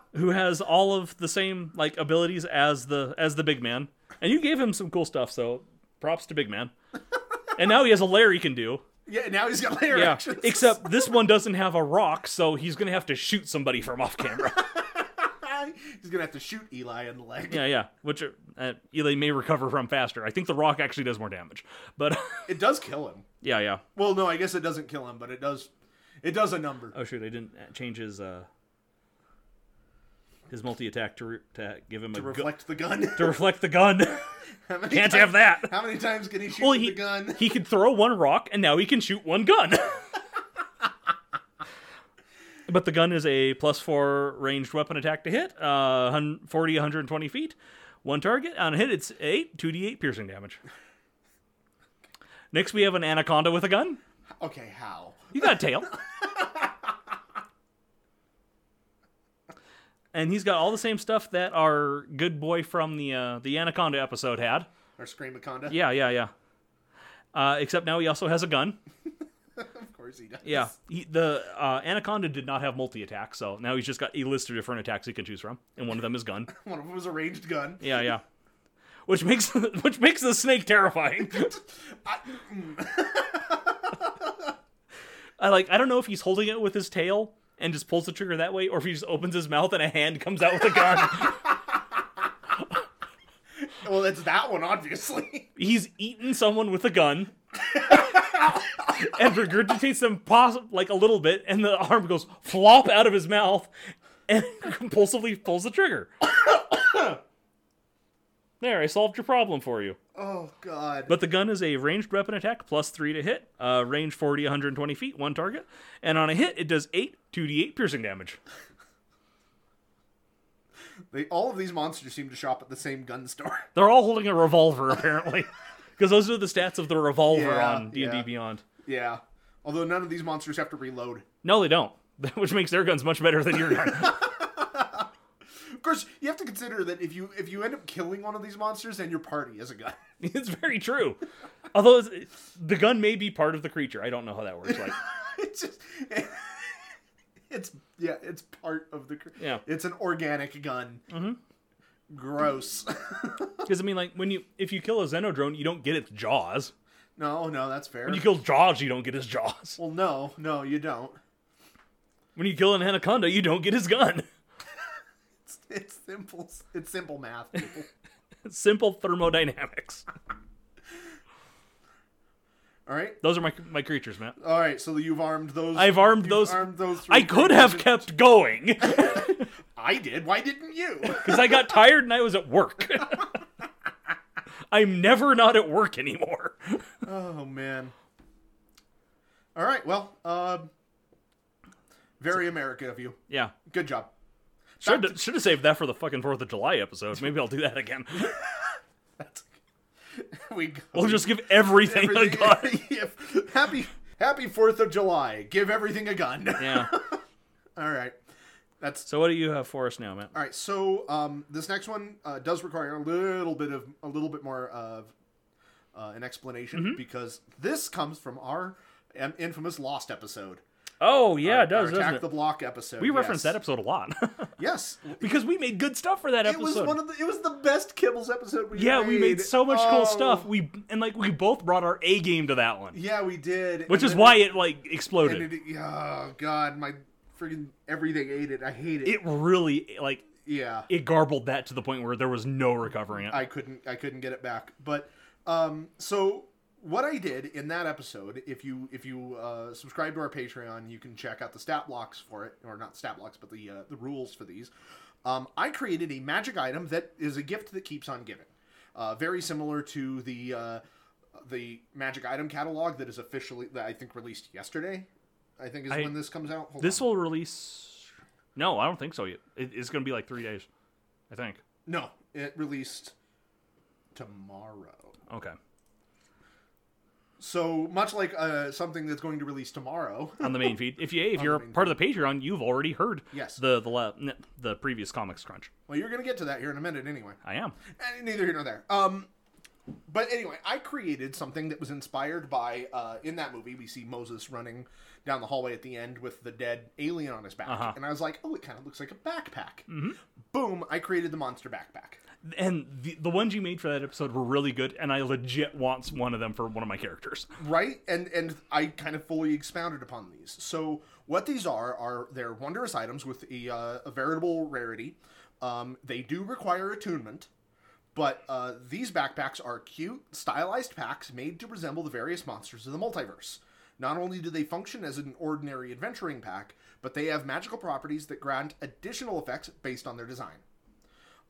Speaker 2: who has all of the same like abilities as the as the big man, and you gave him some cool stuff. So props to big man. And now he has a lair he can do.
Speaker 1: Yeah, now he's got layer
Speaker 2: Yeah.
Speaker 1: actions.
Speaker 2: Except this one doesn't have a rock, so he's gonna have to shoot somebody from off camera.
Speaker 1: he's gonna have to shoot Eli in the leg.
Speaker 2: yeah, yeah. Which uh, Eli may recover from faster. I think the rock actually does more damage. But
Speaker 1: It does kill him.
Speaker 2: yeah, yeah.
Speaker 1: Well, no, I guess it doesn't kill him, but it does. It does a number.
Speaker 2: Oh shoot! I didn't uh, change his uh, his multi attack to, re- to give him a gu-
Speaker 1: Reflect the gun.
Speaker 2: to reflect the gun.
Speaker 1: How many times-
Speaker 2: Can't have that.
Speaker 1: How many times can he shoot
Speaker 2: Well,
Speaker 1: with
Speaker 2: he
Speaker 1: the gun?
Speaker 2: he could throw one rock, and now he can shoot one gun. but the gun is a plus four ranged weapon attack to hit, uh, hun- 40, 120 feet, one target on a hit. It's eight, two d eight piercing damage. Next, we have an anaconda with a gun.
Speaker 1: Okay, how?
Speaker 2: You got a tail. and he's got all the same stuff that our good boy from the uh, the Anaconda episode had.
Speaker 1: Or Screamaconda?
Speaker 2: Yeah, yeah, yeah. Uh, except now he also has a gun.
Speaker 1: Of course he does.
Speaker 2: Yeah, he, the uh, Anaconda did not have multi attack, so now he's just got a list of different attacks he can choose from, and one of them is gun.
Speaker 1: One of them was a ranged gun.
Speaker 2: Yeah, yeah. Which makes which makes the snake terrifying. I like. I don't know if he's holding it with his tail and just pulls the trigger that way, or if he just opens his mouth and a hand comes out with a gun.
Speaker 1: Well, it's that one, obviously.
Speaker 2: he's eaten someone with a gun. and regurgitates them poss- like a little bit, and the arm goes flop out of his mouth, and compulsively pulls the trigger. there, I solved your problem for you.
Speaker 1: Oh God.
Speaker 2: But the gun is a ranged weapon attack, plus three to hit, uh, range 40, 120 feet, one target. And on a hit, it does 8, 2d8 piercing damage.
Speaker 1: they, all of these monsters seem to shop at the same gun store.
Speaker 2: They're all holding a revolver, apparently. Because those are the stats of the revolver
Speaker 1: Yeah,
Speaker 2: on D&D
Speaker 1: yeah.
Speaker 2: Beyond.
Speaker 1: Yeah. Although none of these monsters have to reload.
Speaker 2: No, they don't. Which makes their guns much better than your gun.
Speaker 1: Of course, you have to consider that if you if you end up killing one of these monsters, then your party is a gun.
Speaker 2: it's very true. Although it's, the gun may be part of the creature. I don't know how that works. Like,
Speaker 1: it's just it's yeah, it's part of the cr-
Speaker 2: Yeah.
Speaker 1: It's an organic gun. Mm-hmm. Gross.
Speaker 2: Because, I mean, like, when you if you kill a Xenodrone, you don't get its jaws.
Speaker 1: no, no, that's fair.
Speaker 2: When you kill Jaws, you don't get his jaws.
Speaker 1: well, no, no, you don't.
Speaker 2: When you kill an Anaconda, you don't get his gun.
Speaker 1: It's, it's simple. It's simple math. People.
Speaker 2: Simple thermodynamics.
Speaker 1: All right.
Speaker 2: Those are my my creatures, man.
Speaker 1: All right, so you've armed those.
Speaker 2: I've armed
Speaker 1: you've
Speaker 2: those-
Speaker 1: Armed those three
Speaker 2: I could have
Speaker 1: creatures.
Speaker 2: kept going
Speaker 1: I did. Why didn't you?
Speaker 2: because I got tired and I was at work. I'm never not at work anymore.
Speaker 1: oh man. All right. Well, um, very American of you.
Speaker 2: Yeah,
Speaker 1: Good job.
Speaker 2: should have, should have saved that for the fucking Fourth of July episode. Maybe I'll do that again.
Speaker 1: That's, we go.
Speaker 2: We'll just give everything, a
Speaker 1: Everything-
Speaker 2: gun.
Speaker 1: if- happy Happy Fourth of July. Give everything a gun.
Speaker 2: Yeah.
Speaker 1: All right. That's
Speaker 2: So what do you have for us now, Matt?
Speaker 1: All right, so um, this next one uh, does require a little bit of a little bit more of
Speaker 2: Mm-hmm.
Speaker 1: uh, an explanation because this comes from our um, infamous Lost episode.
Speaker 2: Oh yeah, it does.
Speaker 1: our
Speaker 2: Doesn't
Speaker 1: Attack
Speaker 2: it?
Speaker 1: the Block episode.
Speaker 2: we referenced
Speaker 1: yes.
Speaker 2: that episode a lot
Speaker 1: Yes,
Speaker 2: because we made good stuff for that
Speaker 1: it was
Speaker 2: episode.
Speaker 1: one of the. It was the best Kibbles episode we.
Speaker 2: yeah, we made so much
Speaker 1: Oh.
Speaker 2: cool stuff. We and like we both brought our A game to that one,
Speaker 1: Yeah, we did.
Speaker 2: which
Speaker 1: And
Speaker 2: is
Speaker 1: then-
Speaker 2: why it like
Speaker 1: And
Speaker 2: exploded.
Speaker 1: it, oh god, my freaking everything ate it. I hate it.
Speaker 2: It really like
Speaker 1: yeah,
Speaker 2: it garbled that to the point where there was no recovering it.
Speaker 1: I couldn't. I couldn't get it back. But um, so what I did in that episode, if you if you uh, subscribe to our Patreon, you can check out the stat blocks for it, or not stat blocks, but the uh, the rules for these. Um, I created a magic item that is a gift that keeps on giving, uh, very similar to the uh, the magic item catalog that is officially that I think released yesterday. I think is
Speaker 2: I-
Speaker 1: when this comes out. Hold
Speaker 2: This
Speaker 1: on.
Speaker 2: will release. No, I don't think so yet. It, it's going to be like three days, I think.
Speaker 1: no, it released tomorrow.
Speaker 2: Okay,
Speaker 1: So much like uh, something that's going to release tomorrow.
Speaker 2: on the main feed. If you if you're a
Speaker 1: main
Speaker 2: part of the Patreon, you've already heard
Speaker 1: Yes.
Speaker 2: the the le- n- the previous comics crunch.
Speaker 1: well, you're going to get to that here in a minute anyway.
Speaker 2: I am.
Speaker 1: Eh, Neither here nor there. Um, but anyway, I created something that was inspired by uh, in that movie. We see Moses running down the hallway at the end with the dead alien on his back,
Speaker 2: Uh-huh.
Speaker 1: and I was like, "Oh, it kind of looks like a backpack." Boom! I created the monster backpack.
Speaker 2: And the, the ones you made for that episode were really good, and I legit want one of them for one of my characters.
Speaker 1: right and and i kind of fully expounded upon these so what these are are they're wondrous items with a, uh, a veritable rarity um, they do require attunement but uh, these backpacks are cute stylized packs made to resemble the various monsters of the multiverse not only do they function as an ordinary adventuring pack but they have magical properties that grant additional effects based on their design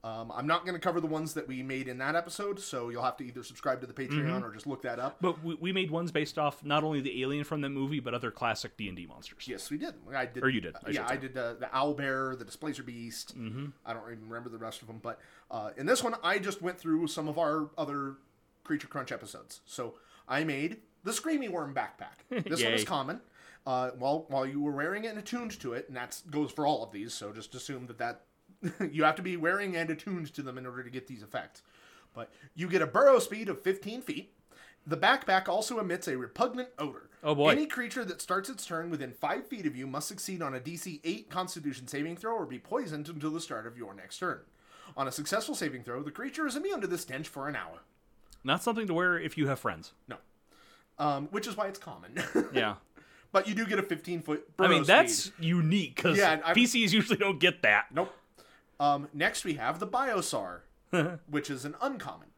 Speaker 1: um, I'm not going to cover the ones that we made in that episode, so you'll have to either subscribe to the Patreon or just look that up.
Speaker 2: But we, we made ones based off not only the alien from that movie, but other classic D and D monsters.
Speaker 1: Yes, we did. I did.
Speaker 2: Or you did, I
Speaker 1: yeah,
Speaker 2: should
Speaker 1: I did uh, the owl bear, the displacer beast. Mm-hmm. I don't even remember the rest of them, but uh, in this one, I just went through some of our other creature crunch episodes. So I made the screamy worm backpack. This one
Speaker 2: Yay.
Speaker 1: is common. Uh, while while you were wearing it and attuned to it, and that goes for all of these. So just assume that that you have to be wearing and attuned to them in order to get these effects. But you get a burrow speed of 15 feet. The backpack also emits a repugnant odor.
Speaker 2: Oh, boy.
Speaker 1: Any creature that starts its turn within five feet of you must succeed on a DC 8 Constitution saving throw or be poisoned until the start of your next turn. On a successful saving throw, the creature is immune to this stench for an hour.
Speaker 2: Not something to wear if you have friends.
Speaker 1: No, um, which is why it's common.
Speaker 2: Yeah.
Speaker 1: but you do get a 15 foot.
Speaker 2: I
Speaker 1: burrow
Speaker 2: mean,
Speaker 1: speed.
Speaker 2: that's unique because
Speaker 1: Yeah, and I've-
Speaker 2: PCs usually don't get that.
Speaker 1: Nope. Um, next, we have the Biosar, which is an uncommon.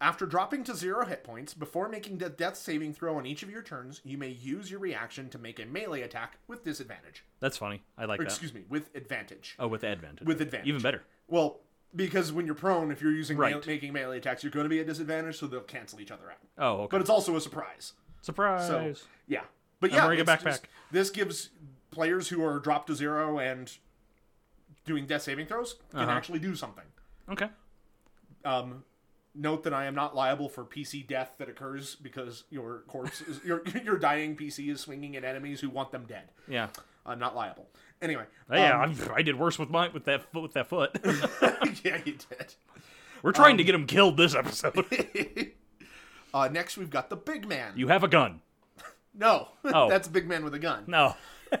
Speaker 1: After dropping to zero hit points, before making the death saving throw on each of your turns, you may use your reaction to make a melee attack with disadvantage.
Speaker 2: That's funny. I like
Speaker 1: Or,
Speaker 2: that.
Speaker 1: excuse me, with advantage.
Speaker 2: Oh, with advantage.
Speaker 1: With advantage.
Speaker 2: Even better.
Speaker 1: Well, because when you're prone, if you're using mele-
Speaker 2: Right.
Speaker 1: making melee attacks, you're going to be at disadvantage, so they'll cancel each other out.
Speaker 2: Oh, okay.
Speaker 1: But it's also a surprise.
Speaker 2: Surprise.
Speaker 1: So yeah, but yeah,
Speaker 2: wearing a
Speaker 1: it's
Speaker 2: backpack.
Speaker 1: this gives players who are dropped to zero and doing death saving throws can
Speaker 2: Uh-huh.
Speaker 1: actually do something.
Speaker 2: Okay.
Speaker 1: Um, note that I am not liable for PC death that occurs because your corpse, is, your your dying PC is swinging at enemies who want them dead.
Speaker 2: Yeah.
Speaker 1: I'm not liable. Anyway,
Speaker 2: Oh, yeah, I'm, I did worse with my with that foot with that foot.
Speaker 1: um, yeah, you did.
Speaker 2: We're trying
Speaker 1: Um,
Speaker 2: to get him killed this episode.
Speaker 1: Uh, next, we've got the big man.
Speaker 2: you have a gun.
Speaker 1: no,
Speaker 2: Oh.
Speaker 1: that's a big man with a gun,
Speaker 2: No.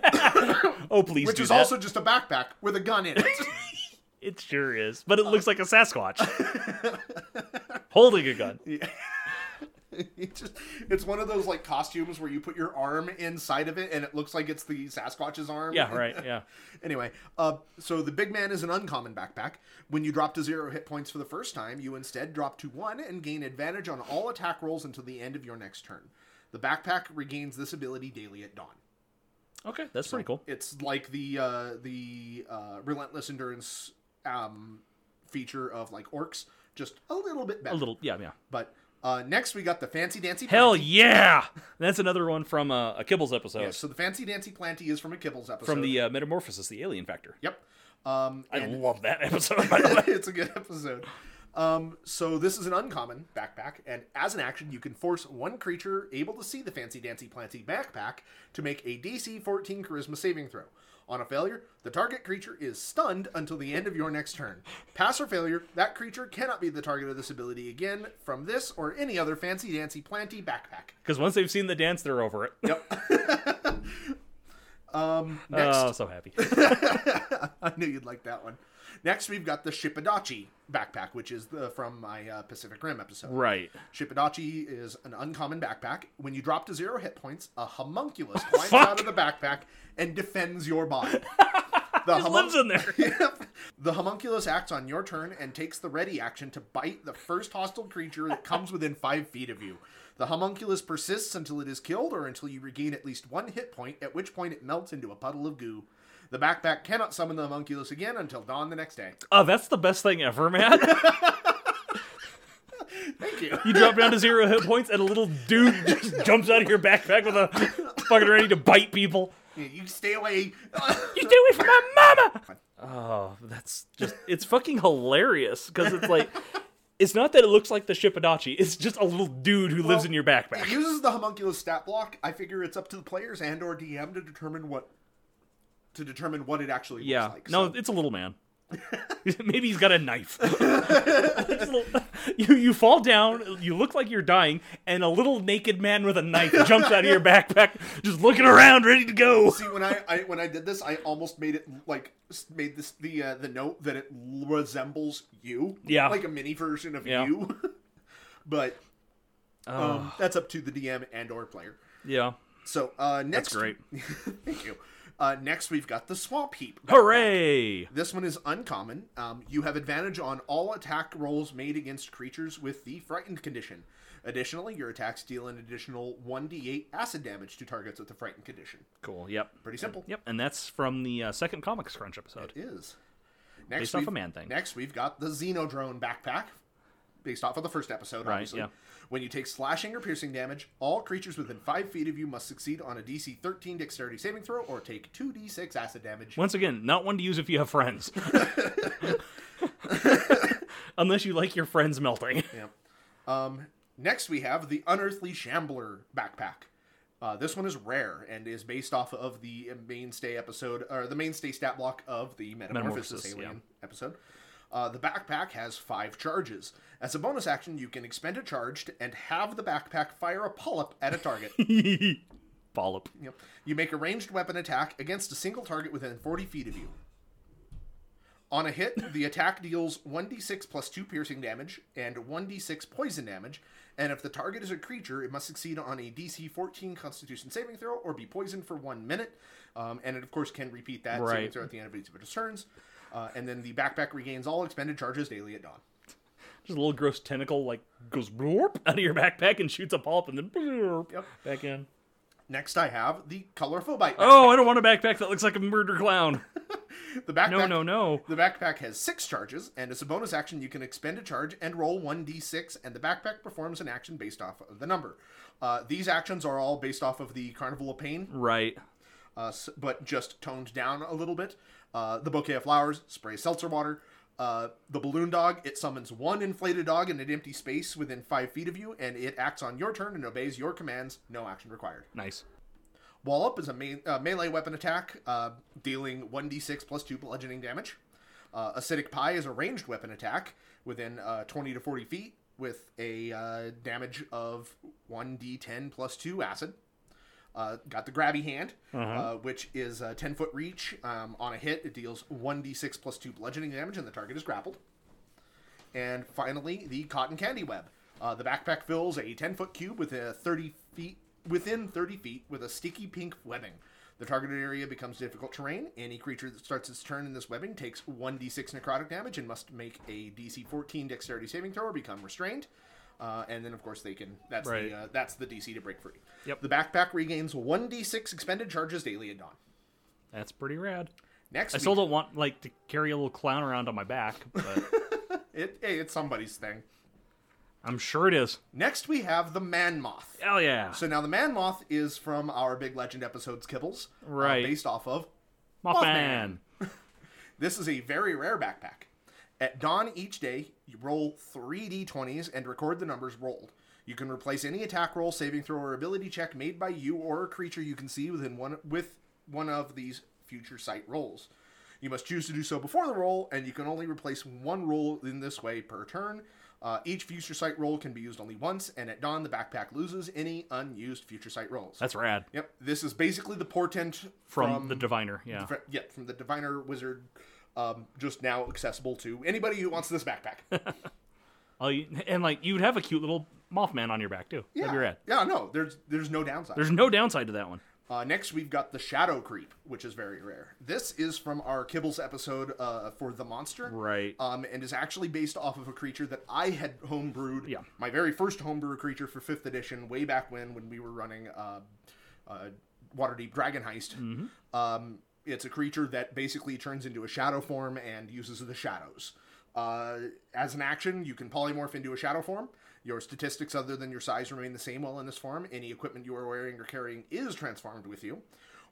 Speaker 2: oh please
Speaker 1: which
Speaker 2: do
Speaker 1: is
Speaker 2: that.
Speaker 1: also just a backpack with a gun in it.
Speaker 2: It sure is, but it looks like a Sasquatch holding a gun.
Speaker 1: It's just it's one of those like costumes where you put your arm inside of it and it looks like it's the Sasquatch's arm.
Speaker 2: Yeah, right. Yeah.
Speaker 1: Anyway, uh, so the big man is an uncommon backpack. When you drop to zero hit points for the first time, you instead drop to one and gain advantage on all attack rolls until the end of your next turn. The backpack regains this ability daily at dawn.
Speaker 2: Okay, that's pretty cool.
Speaker 1: It's like the uh, the uh, relentless endurance um, feature of like orcs, just a little bit better.
Speaker 2: A little, yeah, yeah.
Speaker 1: But uh, next we got the fancy dancy.
Speaker 2: Hell
Speaker 1: Planty.
Speaker 2: yeah! That's another one from uh, a Kibbles episode
Speaker 1: Yes, so the fancy dancy planty is from a Kibbles episode.
Speaker 2: from the uh, Metamorphosis, the Alien Factor.
Speaker 1: Yep. Um,
Speaker 2: I
Speaker 1: and
Speaker 2: love that episode. By the way.
Speaker 1: it's a good episode. Um, so this is an uncommon backpack, and as an action, you can force one creature able to see the fancy dancy planty backpack to make a DC 14 Charisma saving throw. On a failure, the target creature is stunned until the end of your next turn. Pass or failure, that creature cannot be the target of this ability again from this or any other fancy dancy planty backpack.
Speaker 2: Because once they've seen the dance, they're over it.
Speaker 1: Yep. Um, next,
Speaker 2: Oh, so happy.
Speaker 1: I knew you'd like that one. Next, we've got the Shippadachi backpack, which is the, from my uh, Pacific Rim episode.
Speaker 2: Right.
Speaker 1: Shippadachi is an uncommon backpack. When you drop to zero hit points, a homunculus climbs out of the backpack and defends your body. The
Speaker 2: Just lives in there.
Speaker 1: Yep. The homunculus acts on your turn and takes the ready action to bite the first hostile creature that comes within five feet of you. The homunculus persists until it is killed or until you regain at least one hit point, at which point it melts into a puddle of goo. The backpack cannot summon the homunculus again until dawn the next day.
Speaker 2: Oh, that's the best thing ever, man.
Speaker 1: Thank you.
Speaker 2: You drop down to zero hit points, and a little dude just jumps out of your backpack with a fucking ready to bite people.
Speaker 1: You stay away.
Speaker 2: You stay away from my mama! Oh, that's just, it's fucking hilarious because it's like, it's not that it looks like the Shippadachi, it's just a little dude who lives in your
Speaker 1: It
Speaker 2: backpack.
Speaker 1: uses the homunculus stat block. I figure it's up to the players and or DM to determine what to determine what it actually
Speaker 2: Yeah.
Speaker 1: looks like.
Speaker 2: No,
Speaker 1: So-
Speaker 2: it's a little man. Maybe he's got a knife. Just a little- you you fall down, you look like you're dying, and a little naked man with a knife jumps out of your backpack, just looking around, ready to go.
Speaker 1: See, when I, I when I did this, I almost made it like s- made this the uh, the note that it l- resembles you,
Speaker 2: Yeah.
Speaker 1: like a mini version of
Speaker 2: Yeah.
Speaker 1: you. but um, that's up to the DM and or player.
Speaker 2: Yeah.
Speaker 1: So uh, next,
Speaker 2: great.
Speaker 1: thank you. Uh, next, we've got the swamp heap.
Speaker 2: Hooray!
Speaker 1: This one is uncommon. Um, you have advantage on all attack rolls made against creatures with the frightened condition. Additionally, your attacks deal an additional 1d8 acid damage to targets with the frightened condition.
Speaker 2: Cool. Yep.
Speaker 1: Pretty simple.
Speaker 2: Yep. And that's from the uh, second Comics Crunch episode.
Speaker 1: Is. Next
Speaker 2: Based off
Speaker 1: we've-
Speaker 2: a man thing.
Speaker 1: Next, we've got the Xenodrone backpack, based off of the first episode,
Speaker 2: Right,
Speaker 1: obviously.
Speaker 2: yeah.
Speaker 1: When you take slashing or piercing damage, all creatures within 5 feet of you must succeed on a DC 13 dexterity saving throw or take 2d6 acid damage.
Speaker 2: Once again, not one to use if you have friends. Unless you like your friends melting.
Speaker 1: Yeah. Um, next, we have the Unearthly Shambler backpack. Uh, this one is rare and is based off of the mainstay episode, or the mainstay stat block of the Metamorphosis,
Speaker 2: Metamorphosis,
Speaker 1: Alien episode. Uh, the backpack has five charges. As a bonus action, you can expend a charge to- and have the backpack fire a polyp at a target.
Speaker 2: Polyp.
Speaker 1: Yep. You make a ranged weapon attack against a single target within 40 feet of you. On a hit, the attack deals 1d6 plus 2 piercing damage and 1d6 poison damage, and if the target is a creature, it must succeed on a DC 14 Constitution saving throw or be poisoned for one minute. Um, and it, of course, can repeat that saving
Speaker 2: Right.
Speaker 1: throw at the end of each of its turns. Uh, and then the backpack regains all expended charges daily at dawn.
Speaker 2: Just a little gross tentacle like goes blorp out of your backpack and shoots a polyp and then blorp
Speaker 1: Yep.
Speaker 2: back in.
Speaker 1: Next, I have the Colorful Bite.
Speaker 2: Oh, I don't want a backpack that looks like a murder clown.
Speaker 1: the backpack
Speaker 2: No, no, no.
Speaker 1: The backpack has six charges, and as a bonus action, you can expend a charge and roll 1d6, and the backpack performs an action based off of the number. Uh, these actions are all based off of the Carnival of Pain,
Speaker 2: Right.
Speaker 1: uh, s- but just toned down a little bit. Uh, the Bouquet of Flowers, spray seltzer water. Uh, the Balloon Dog, it summons one inflated dog in an empty space within five feet of you, and it acts on your turn and obeys your commands, no action required.
Speaker 2: Nice.
Speaker 1: Wallop is a me- uh, melee weapon attack, uh, dealing 1d6 plus 2 bludgeoning damage. Uh, Acidic Pie is a ranged weapon attack within uh, 20 to 40 feet with a uh, damage of 1d10 plus 2 acid. Uh, got the grabby hand, uh, which is a 10 foot reach. Um, on a hit, it deals 1d6 plus 2 bludgeoning damage, and the target is grappled. And finally, the cotton candy web. Uh, the backpack fills a 10 foot cube with a 30 feet within 30 feet with a sticky pink webbing. The targeted area becomes difficult terrain. Any creature that starts its turn in this webbing takes 1d6 necrotic damage and must make a DC 14 dexterity saving throw or become restrained. Uh, and then, of course, they can. That's
Speaker 2: Right.
Speaker 1: the uh, that's the DC to break free.
Speaker 2: Yep.
Speaker 1: The backpack regains 1d6 expended charges daily at dawn.
Speaker 2: That's pretty rad.
Speaker 1: Next,
Speaker 2: I
Speaker 1: week-
Speaker 2: still don't want like to carry a little clown around on my back, but
Speaker 1: it, hey, it's somebody's thing.
Speaker 2: I'm sure it is.
Speaker 1: Next, we have the man moth.
Speaker 2: Hell yeah.
Speaker 1: So now the man moth is from our big legend episodes Kibbles, uh,
Speaker 2: Right.
Speaker 1: based off of
Speaker 2: Mothman.
Speaker 1: this is a very rare backpack. At dawn each day, you roll three d20s and record the numbers rolled. You can replace any attack roll, saving throw, or ability check made by you or a creature you can see within one with one of these future sight rolls. You must choose to do so before the roll, and you can only replace one roll in this way per turn. Uh, each future sight roll can be used only once, and at dawn, the backpack loses any unused future sight rolls.
Speaker 2: That's rad.
Speaker 1: Yep, this is basically the portent
Speaker 2: From, the diviner, yeah.
Speaker 1: fr- yeah, from the diviner wizard, um, just now accessible to anybody who wants this backpack.
Speaker 2: All you, and like you would have a cute little Mothman on your back too.
Speaker 1: Yeah,
Speaker 2: That'd be rad.
Speaker 1: yeah, no, there's there's no downside.
Speaker 2: There's no downside to that one.
Speaker 1: Uh, next, we've got the Shadow Creep, which is very rare. This is from our Kibbles episode uh, for the monster,
Speaker 2: Right.
Speaker 1: Um, and is actually based off of a creature that I had homebrewed.
Speaker 2: Yeah.
Speaker 1: my very first homebrew creature for fifth edition, way back when when we were running uh, uh, Waterdeep Dragon Heist.
Speaker 2: Mm-hmm.
Speaker 1: Um, it's a creature that basically turns into a shadow form and uses the shadows. Uh, as an action, you can polymorph into a shadow form. Your statistics other than your size remain the same while in this form. Any equipment you are wearing or carrying is transformed with you.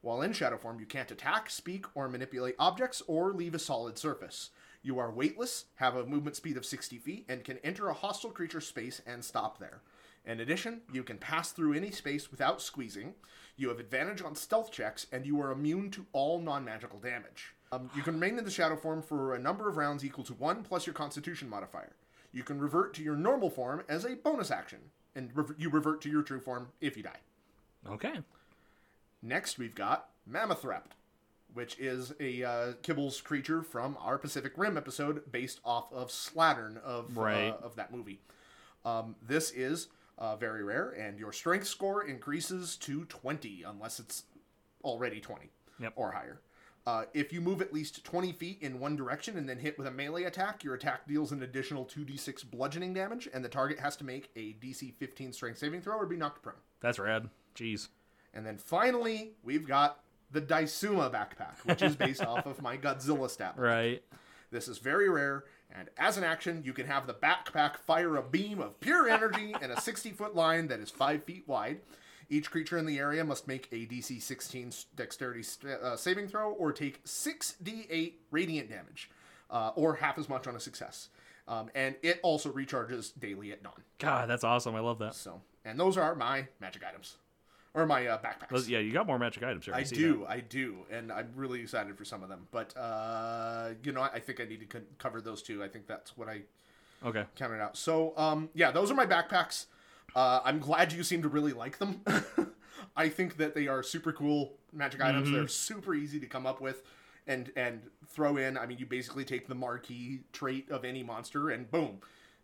Speaker 1: While in shadow form, you can't attack, speak, or manipulate objects or leave a solid surface. You are weightless, have a movement speed of 60 feet, and can enter a hostile creature's space and stop there. In addition, you can pass through any space without squeezing. You have advantage on stealth checks, and you are immune to all non magical damage. Um, you can remain in the shadow form for a number of rounds equal to 1 plus your constitution modifier. You can revert to your normal form as a bonus action, and rev- you revert to your true form if you die.
Speaker 2: Okay.
Speaker 1: Next, we've got Mammoth Rapt, which is a uh, Kibbles creature from our Pacific Rim episode based off of Slattern of,
Speaker 2: Right.
Speaker 1: uh, of that movie. Um, this is uh, very rare, and your strength score increases to 20 unless it's already 20
Speaker 2: Yep.
Speaker 1: or higher. Uh, if you move at least 20 feet in one direction and then hit with a melee attack, your attack deals an additional 2d6 bludgeoning damage, and the target has to make a DC 15 strength saving throw or be knocked prone.
Speaker 2: That's rad. Jeez.
Speaker 1: And then finally, we've got the Daisuma backpack, which is based off of my Godzilla stat.
Speaker 2: Right.
Speaker 1: This is very rare, and as an action, you can have the backpack fire a beam of pure energy in a 60 foot line that is 5 feet wide. Each creature in the area must make a DC 16 s- dexterity st- uh, saving throw or take 6d8 radiant damage, uh, or half as much on a success. Um, and it also recharges daily at dawn.
Speaker 2: God, that's awesome. I love that.
Speaker 1: So, and those are my magic items, or my uh, backpacks.
Speaker 2: Those- yeah, you got more magic items here.
Speaker 1: I
Speaker 2: see
Speaker 1: do, I do, and I'm really excited for some of them. But uh, you know, I, I think I need to co- cover those two. I think that's what I
Speaker 2: that. Okay.
Speaker 1: counted out. So, um, yeah, those are my backpacks. Uh, I'm glad you seem to really like them. I think that they are super cool magic items. They're super easy to come up with and and throw in. I mean, you basically take the marquee trait of any monster, and boom,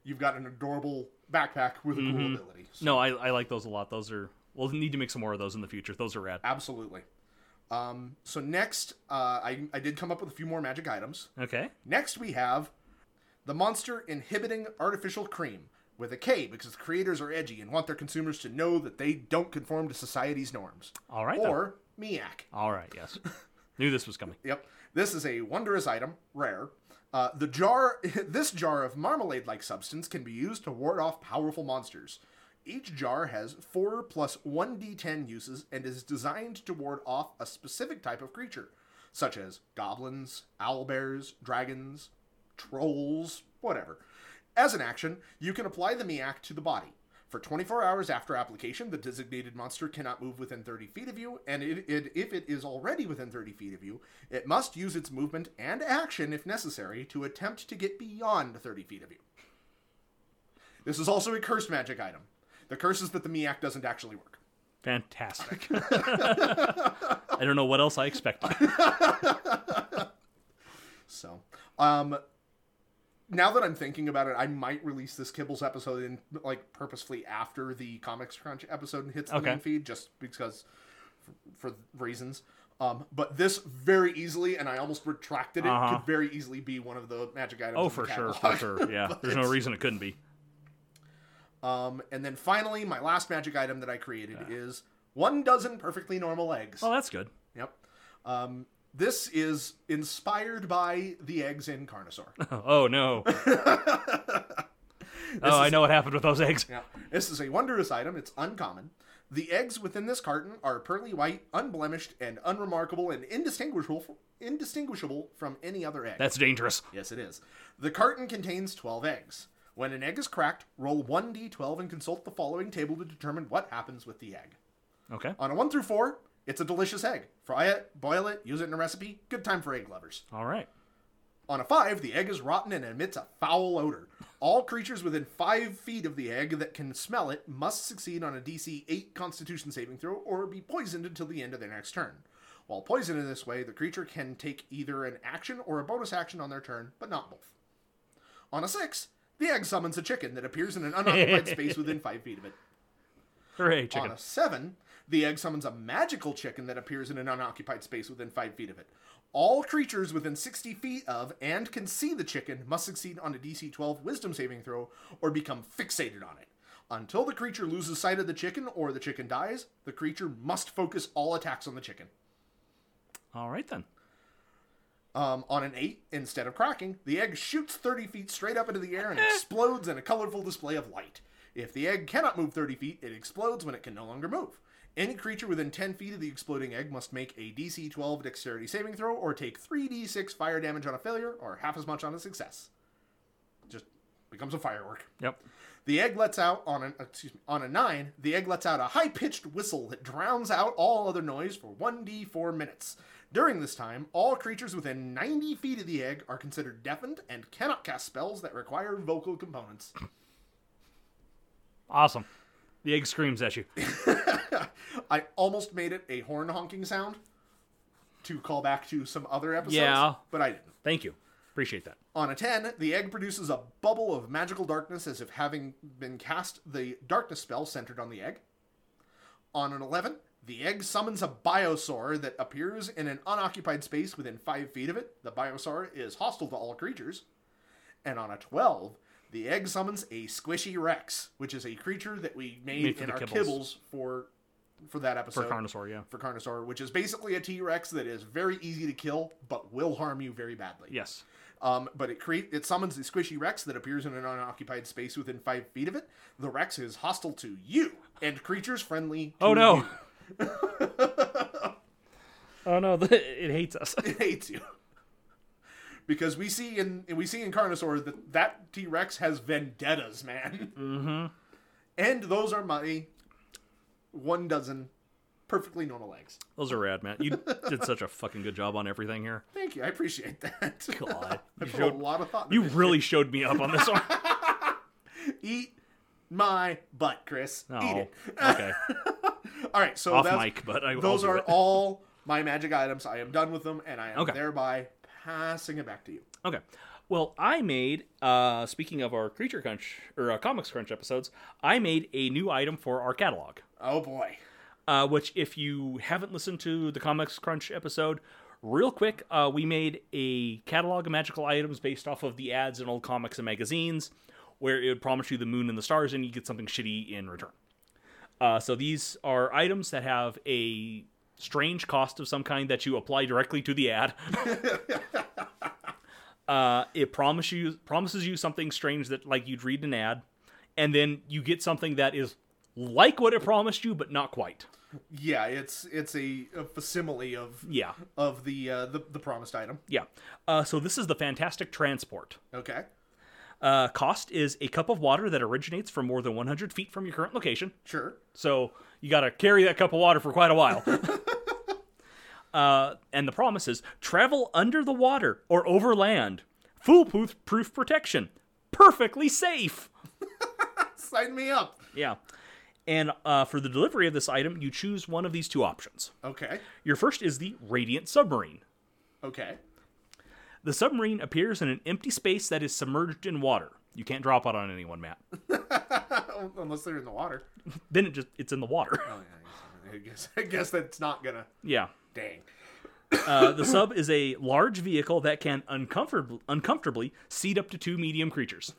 Speaker 1: you've got an adorable backpack with a cool ability. So-
Speaker 2: No, I, I like those a lot. Those are we'll need to make some more of those in the future. Those are rad.
Speaker 1: Absolutely. Um, so next, uh, I, I did come up with a few more magic items.
Speaker 2: Okay.
Speaker 1: Next, we have the monster inhibiting artificial cream with a K because the creators are edgy and want their consumers to know that they don't conform to society's norms.
Speaker 2: All right. then.
Speaker 1: Or MIAC.
Speaker 2: All right. Yes. Knew this was coming.
Speaker 1: Yep. This is a wondrous item, rare. Uh, the jar, this jar of marmalade-like substance can be used to ward off powerful monsters. Each jar has four plus one d10 uses and is designed to ward off a specific type of creature, such as goblins, owlbears, dragons, trolls, whatever. As an action, you can apply the Miak to the body. For 24 hours after application, the designated monster cannot move within 30 feet of you, and it, it, if it is already within 30 feet of you, it must use its movement and action, if necessary, to attempt to get beyond 30 feet of you. This is also a cursed magic item. The curse is that the Miak doesn't actually work.
Speaker 2: Fantastic. I don't know what else I expected.
Speaker 1: So, um, now that I'm thinking about it, I might release this Kibbles episode in like purposefully after the Comics Crunch episode hits the
Speaker 2: Okay.
Speaker 1: main feed, just because for, for reasons. Um, but this very easily, and I almost retracted it,
Speaker 2: Uh-huh.
Speaker 1: could very easily be one of the magic items. in
Speaker 2: Oh,
Speaker 1: the
Speaker 2: for sure, for
Speaker 1: catalog.
Speaker 2: sure. Yeah. There's no reason it couldn't be.
Speaker 1: Um, and then finally, my last magic item that I created is one dozen perfectly normal eggs.
Speaker 2: Oh, that's good.
Speaker 1: Yep. Um, this is inspired by the eggs in Carnosaur.
Speaker 2: Oh no. oh, I know what happened with those eggs.
Speaker 1: Yeah. This is a wondrous item. It's uncommon. The eggs within this carton are pearly white, unblemished, and unremarkable, and indistinguishable from, indistinguishable from any other egg.
Speaker 2: That's dangerous.
Speaker 1: yes, it is. The carton contains 12 eggs. When an egg is cracked, roll 1d12 and consult the following table to determine what happens with the egg.
Speaker 2: Okay.
Speaker 1: On a 1 through 4, it's a delicious egg. Fry it, boil it, use it in a recipe. Good time for egg lovers.
Speaker 2: All right.
Speaker 1: On a five, the egg is rotten and emits a foul odor. All creatures within five feet of the egg that can smell it must succeed on a DC 8 Constitution saving throw or be poisoned until the end of their next turn. While poisoned in this way, the creature can take either an action or a bonus action on their turn, but not both. On a six, the egg summons a chicken that appears in an unoccupied space within five feet of it.
Speaker 2: Hooray, chicken.
Speaker 1: On a seven, the egg summons a magical chicken that appears in an unoccupied space within five feet of it. All creatures within 60 feet of and can see the chicken must succeed on a DC 12 wisdom saving throw or become fixated on it. Until the creature loses sight of the chicken or the chicken dies, the creature must focus all attacks on the chicken.
Speaker 2: All right then.
Speaker 1: Um, on an 8, instead of cracking, the egg shoots 30 feet straight up into the air and explodes in a colorful display of light. If the egg cannot move 30 feet, it explodes when it can no longer move. Any creature within 10 feet of the exploding egg must make a DC 12 dexterity saving throw or take 3d6 fire damage on a failure or half as much on a success. Just becomes a firework.
Speaker 2: Yep.
Speaker 1: The egg lets out on an excuse me, on a 9, the egg lets out a high-pitched whistle that drowns out all other noise for 1d4 minutes. During this time, all creatures within 90 feet of the egg are considered deafened and cannot cast spells that require vocal components.
Speaker 2: Awesome. The egg screams at you.
Speaker 1: I almost made it a horn honking sound to call back to some other episodes,
Speaker 2: Yeah.
Speaker 1: but I didn't.
Speaker 2: Thank you. Appreciate that.
Speaker 1: On a 10, the egg produces a bubble of magical darkness as if having been cast the darkness spell centered on the egg. On an 11, the egg summons a biosaur that appears in an unoccupied space within 5 feet of it. The biosaur is hostile to all creatures. And on a 12, the egg summons a squishy rex, which is a creature that we made,
Speaker 2: Made for
Speaker 1: in
Speaker 2: the
Speaker 1: our
Speaker 2: kibbles.
Speaker 1: kibbles. for for that
Speaker 2: For
Speaker 1: episode
Speaker 2: Carnosaur, yeah.
Speaker 1: for Carnosaur, which is basically a T-Rex that is very easy to kill but will harm you very badly.
Speaker 2: Yes.
Speaker 1: Um, but it create it summons the squishy Rex that appears in an unoccupied space within five feet of it. The Rex is hostile to you and creatures friendly. To
Speaker 2: Oh no.
Speaker 1: you.
Speaker 2: oh no, it hates us.
Speaker 1: it hates you because we see in we see in Carnosaur that that T Rex has vendettas, man. Mm-hmm. And those are my one dozen perfectly normal eggs.
Speaker 2: Those are rad, man. You did such a fucking good job on everything here.
Speaker 1: Thank you, I appreciate that.
Speaker 2: God.
Speaker 1: I
Speaker 2: You
Speaker 1: put
Speaker 2: showed-
Speaker 1: a lot of thought. into
Speaker 2: You
Speaker 1: this.
Speaker 2: really showed me up on this one.
Speaker 1: eat my butt, Chris. Eat
Speaker 2: Oh,
Speaker 1: it.
Speaker 2: okay.
Speaker 1: All right, so
Speaker 2: Off
Speaker 1: that's,
Speaker 2: mic, but I,
Speaker 1: those
Speaker 2: I'll do
Speaker 1: are
Speaker 2: it.
Speaker 1: all my magic items. I am done with them, and I am
Speaker 2: Okay.
Speaker 1: thereby passing it back to you.
Speaker 2: Okay. Well, I made uh speaking of our Creature Crunch or uh, Comics Crunch episodes, I made a new item for our catalog.
Speaker 1: Oh boy,
Speaker 2: Uh which if you haven't listened to the Comics Crunch episode, real quick, uh we made a catalog of magical items based off of the ads in old comics and magazines where it would promise you the moon and the stars and you get something shitty in return. Uh, so these are items that have a strange cost of some kind that you apply directly to the ad. uh, it promise you, promises you something strange that like you'd read an ad, and then you get something that is like what it promised you, but not quite.
Speaker 1: yeah, it's it's a, a facsimile of
Speaker 2: Yeah,
Speaker 1: of the, uh, the the promised item.
Speaker 2: yeah. Uh, so this is the Fantastic Transport.
Speaker 1: Okay,
Speaker 2: Uh, cost is a cup of water that originates from more than 100 feet from your current location.
Speaker 1: sure.
Speaker 2: So you got to carry that cup of water for quite a while. uh, and the promise is travel under the water or over land. Foolproof proof protection. Perfectly safe.
Speaker 1: Sign me up.
Speaker 2: Yeah. And uh, for the delivery of this item, you choose one of these two options.
Speaker 1: Okay,
Speaker 2: Your first is the Radiant Submarine.
Speaker 1: okay,
Speaker 2: The submarine appears in an empty space that is submerged in water. You can't drop it on anyone, Matt.
Speaker 1: Oh, unless they're in the water.
Speaker 2: then it just it's in the water.
Speaker 1: Oh, yeah, I guess I guess that's not gonna.
Speaker 2: yeah.
Speaker 1: Dang.
Speaker 2: Uh, the sub is a large vehicle that can uncomfortably, uncomfortably seat up to two medium creatures.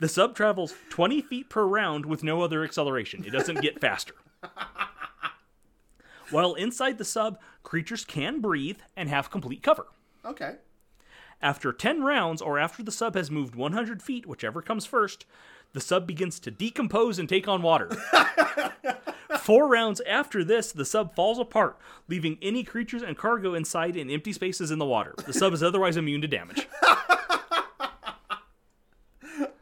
Speaker 2: The sub travels 20 feet per round with no other acceleration. It doesn't get faster. While inside the sub, creatures can breathe and have complete cover.
Speaker 1: Okay,
Speaker 2: After 10 rounds, or after the sub has moved 100 feet, whichever comes first, the sub begins to decompose and take on water. Four rounds after this, the sub falls apart, leaving any creatures and cargo inside in empty spaces in the water. The sub is otherwise immune to damage.